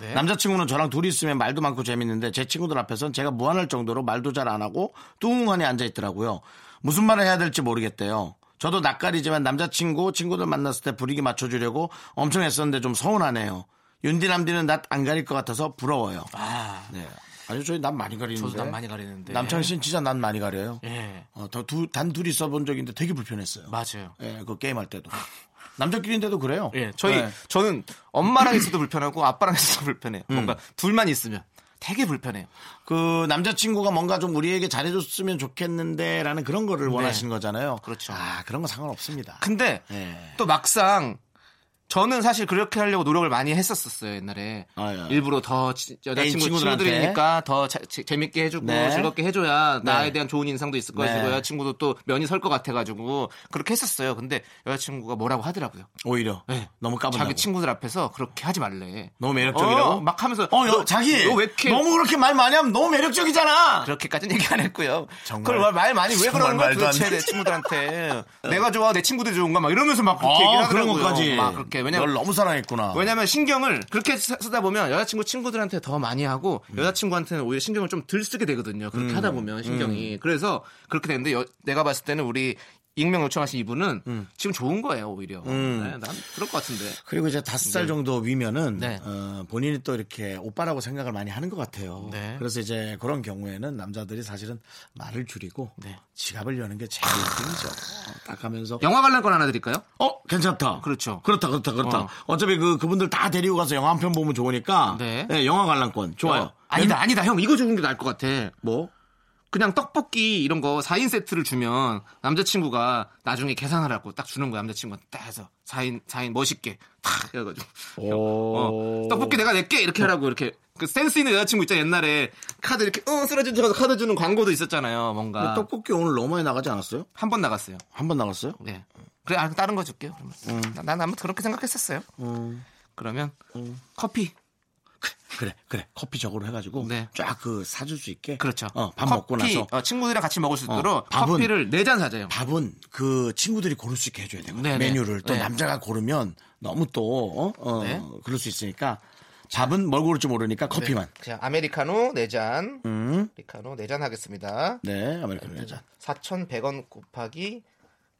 네.
남자친구는 저랑 둘이 있으면 말도 많고 재밌는데 제 친구들 앞에선 제가 무안할 정도로 말도 잘 안 하고 뚱하니 앉아 있더라고요. 무슨 말을 해야 될지 모르겠대요. 저도 낯가리지만 남자친구 친구들 만났을 때 분위기 맞춰주려고 엄청 애썼는데 좀 서운하네요. 윤디남디는 낯 안 가릴 것 같아서 부러워요.
아,
네. 아니 저희 남 많이 가리는데.
저도 난 많이 가리는데.
남창 씨는 진짜 난 많이 가려요.
예.
어, 더 두, 단 둘이 써본 적인데 되게 불편했어요.
맞아요.
예, 그 게임할 때도. 남자끼리인데도 그래요.
예, 저희,
네.
저는 엄마랑 있어도 불편하고 아빠랑 있어도 불편해요.
음.
뭔가 둘만 있으면 되게 불편해요.
그 남자친구가 뭔가 좀 우리에게 잘해줬으면 좋겠는데 라는 그런 거를 원하시는 거잖아요.
네. 그렇죠.
아, 그런 건 상관없습니다.
근데
예.
또 막상 저는 사실 그렇게 하려고 노력을 많이 했었었어요 옛날에
아, 예.
일부러 더 지- 여자친구
친구들한테.
친구들이니까 더 자- 재- 재밌게 해주고
네.
즐겁게 해줘야 나에
네.
대한 좋은 인상도 있을
네.
것이고 여자친구도 또 면이 설 것 같아가지고 그렇게 했었어요 근데 여자친구가 뭐라고 하더라고요
오히려
예.
너무 까불고
자기 친구들 앞에서 그렇게 하지 말래
너무 매력적이라고?
어, 막 하면서
어, 여-
너-
자기
너왜 이렇게
너무 그렇게 말 많이 하면 너무 매력적이잖아.
그렇게까지는 얘기 안 했고요.
정말.
그걸 말 많이 왜
정말
그러는 거야
말도 안
도대체
돼. (laughs)
내 친구들한테 내가 좋아 내 친구들이 좋은가 막 이러면서 막 그렇게
아,
얘기를
그런
하더라고요.
것까지.
막 그렇게
널
왜냐면
너무 사랑했구나.
왜냐면 신경을 그렇게 쓰- 쓰다 보면 여자친구 친구들한테 더 많이 하고
음.
여자친구한테는 오히려 신경을 좀 덜 쓰게 되거든요. 그렇게 하다 보면
음.
신경이 그래서 그렇게 되는데 여- 내가 봤을 때는 우리 익명 요청하신 이분은
음.
지금 좋은 거예요 오히려. 네, 난 그럴 것 같은데.
그리고 이제 다섯 살 정도 위면은
네.
어, 본인이 또 이렇게 오빠라고 생각을 많이 하는 것 같아요.
네.
그래서 이제 그런 경우에는 남자들이 사실은 말을 줄이고
네.
지갑을 여는 게 제일 힘들죠. 딱 하면서
영화 관람 권 하나 드릴까요?
어 괜찮다.
그렇죠.
그렇다 그렇다 그렇다.
어.
어. 차피그 그분들 다 데리고 가서 영화 한 편 보면 좋으니까
네.
예, 영화 관람권 좋아요.
어,
음.
아니다 아니다 형 이거 좋은 게 나을 것 같아.
뭐
그냥 떡볶이 이런 거 4인 세트를 주면 남자친구가 나중에 계산하라고 딱 주는 거야 남자친구한테 딱 해서 4인 4인 멋있게 탁 해가지고 어, 떡볶이 내가 낼게 이렇게 하라고 이렇게 그 센스 있는 여자친구 있잖아 옛날에 카드 이렇게 어 쓰러진 척해서 카드 주는 광고도 있었잖아요 뭔가
어. 떡볶이 오늘 너무 많이 나가지 않았어요?
한 번 나갔어요
한 번 나갔어요?
네 그래 아, 다른 거 줄게요 그러면
음.
나- 난 아무튼 그렇게 생각했었어요 음. 그러면
음.
커피
그래 그래 커피 저거로 해가지고
네.
쫙 그 사줄 수 있게
그렇죠
어, 밥 먹고
커피,
나서
어, 친구들이랑 같이 먹을 수 있도록
밥은-
커피를 네 잔 사자요
밥은 그 친구들이 고를 수 있게 해줘야 되고
네네.
메뉴를 또
네.
남자가 고르면 너무 또 어? 어,
네.
그럴 수 있으니까 밥은 뭘 고를지 모르니까 커피만 음.
그냥 아메리카노 4잔. 아메리카노 4잔 하겠습니다.
네 아메리카노 여자
4,100원 곱하기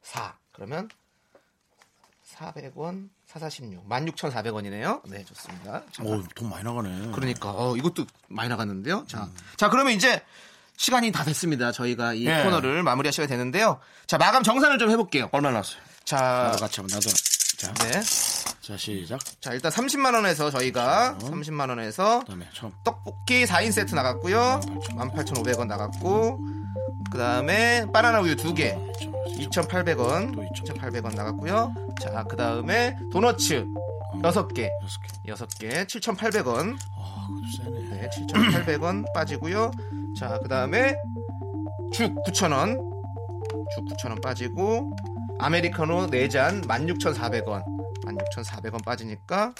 4. 그러면 400원 446. 16,400원이네요. 네, 좋습니다. 잠깐.
오돈 많이 나가네
그러니까 어, 이것도 많이 나갔는데요. 자. 자, 그러면 이제 시간이 다 됐습니다. 저희가 이
음. 예.
코너를 마무리하셔야 되는데요. 자, 마감 정산을 좀 해볼게요.
얼마 나왔어요
자,
아, 나도 같이 한번 나도 자,
네.
자 시작
자, 일단 30만원에서 저희가 30만원에서
그다음에 처음 아,
떡볶이 4인 세트 나갔고요. 18,500원 나갔고 그다음에 바나나 우유 2개 2,800원. 2,800원 나갔고요. 자, 그다음에 도너츠 6개.
여섯 개
6개 7,800원.
아, 그것도 세네
네, 7,800원 (clears throat) 빠지고요. 자, 그다음에 죽 9,000원. 죽 9,000원 빠지고 네 아메리카노 4잔 16,400원. 16,400원 빠지니까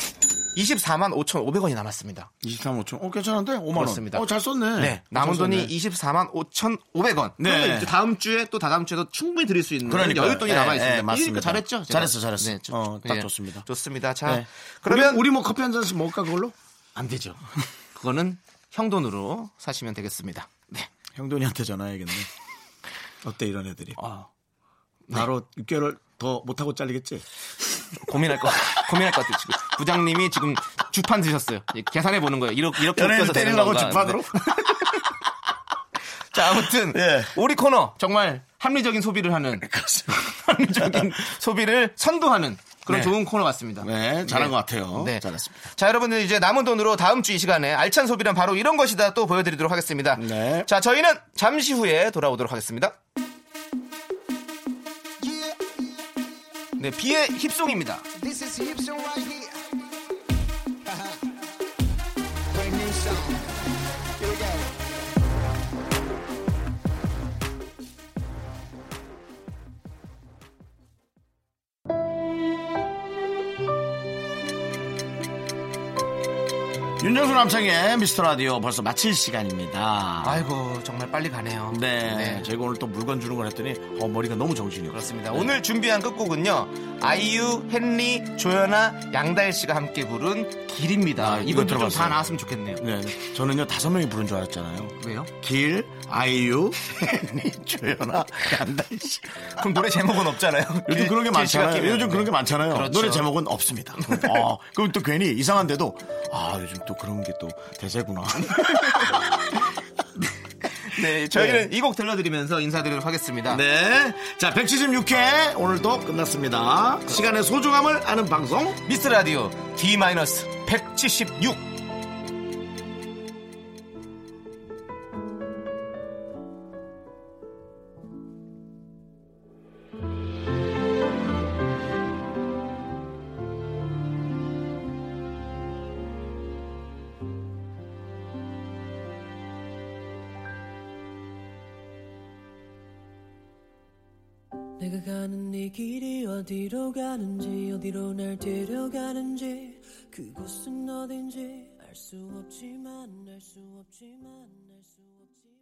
24만 5,500원이 남았습니다.
23, 5천. 어, 괜찮은데? 5만 원.
그렇습니다.
어, 잘 썼네.
네, 남은
잘 썼네.
돈이 24만 5,500원.
네.
그러면 이제 다음 주에 또 다다음 주에도 충분히 드릴 수 있는
그러니까요.
여유 돈이
예,
남아
예,
있습니다.
맞습니다.
이러니까 잘했죠? 제가. 네,
잘했어, 잘했어.
좀- 예.
어, 딱 좋습니다.
좋습니다. 자,
네.
그러면
우리, 우리 뭐 커피 한 잔씩 먹을까 그걸로?
안 되죠. 그거는 형 돈으로 사시면 되겠습니다. 네.
(laughs) 형돈이한테 전화해야겠네. 어때 네. 이런 애들이?
아,
바로 6개월 더 못하고 잘리겠지? (laughs)
고민할 거 고민할 것 같아요. 지금 부장님이 지금 주판 드셨어요. 이제 계산해 보는 거예요. 이렇게 이렇게
연예인
웃겨서 되는
때리려고
건가.
주판으로?
네. (laughs) 자, 아무튼
예.
우리 코너 정말 합리적인 소비를
(laughs)
하는 합리적인 소비를 선도하는 그런
네.
좋은 코너 같습니다.
네, 잘한 것 같아요. 잘했습니다.
자, 여러분들 이제 남은 돈으로 다음 주 이 시간에 알찬 소비란 바로 이런 것이다 또 보여드리도록 하겠습니다.
네.
자, 저희는 잠시 후에 돌아오도록 하겠습니다. 네, 비의 힙송입니다.
윤정수 남창의 미스터 라디오 벌써 마칠 시간입니다.
아이고 정말 빨리 가네요.
네. 저희가 오늘 또 물건 주는 걸 했더니 어, 머리가 너무 정신이 네. 없어.
그렇습니다. 오늘 준비한 끝곡은요. 아이유, 헨리, 조연아, 양다일 씨가 함께 부른
아,
길입니다.
이거
이분들 좀다
들어봤어요.
나왔으면 좋겠네요.
네. 저는요, 다섯 명이 부른 줄 알았잖아요.
왜요?
길, 아이유, (laughs) 혜니, 조연아, 양달씨.
그럼 노래 제목은 없잖아요.
요즘
(laughs)
그런 게
길 씨가
많잖아요.
끼면.
요즘 네. 그런 게 많잖아요.
그렇죠.
노래 제목은 없습니다. (laughs) 어, 그럼 또 괜히 이상한데도 아 요즘 또 그런 게 또 대세구나.
네, 저희는 이 곡 들려드리면서 인사드리도록 하겠습니다.
(laughs) 네, 자 176회 오늘도 끝났습니다. 시간의 소중함을 아는 방송.
미스 라디오 D-176.
내가 가는 이 길이 어디로 가는지 어디로 날 데려가는지 그곳은 어딘지 알 수 없지만 알 수 없지만 알 수 없지만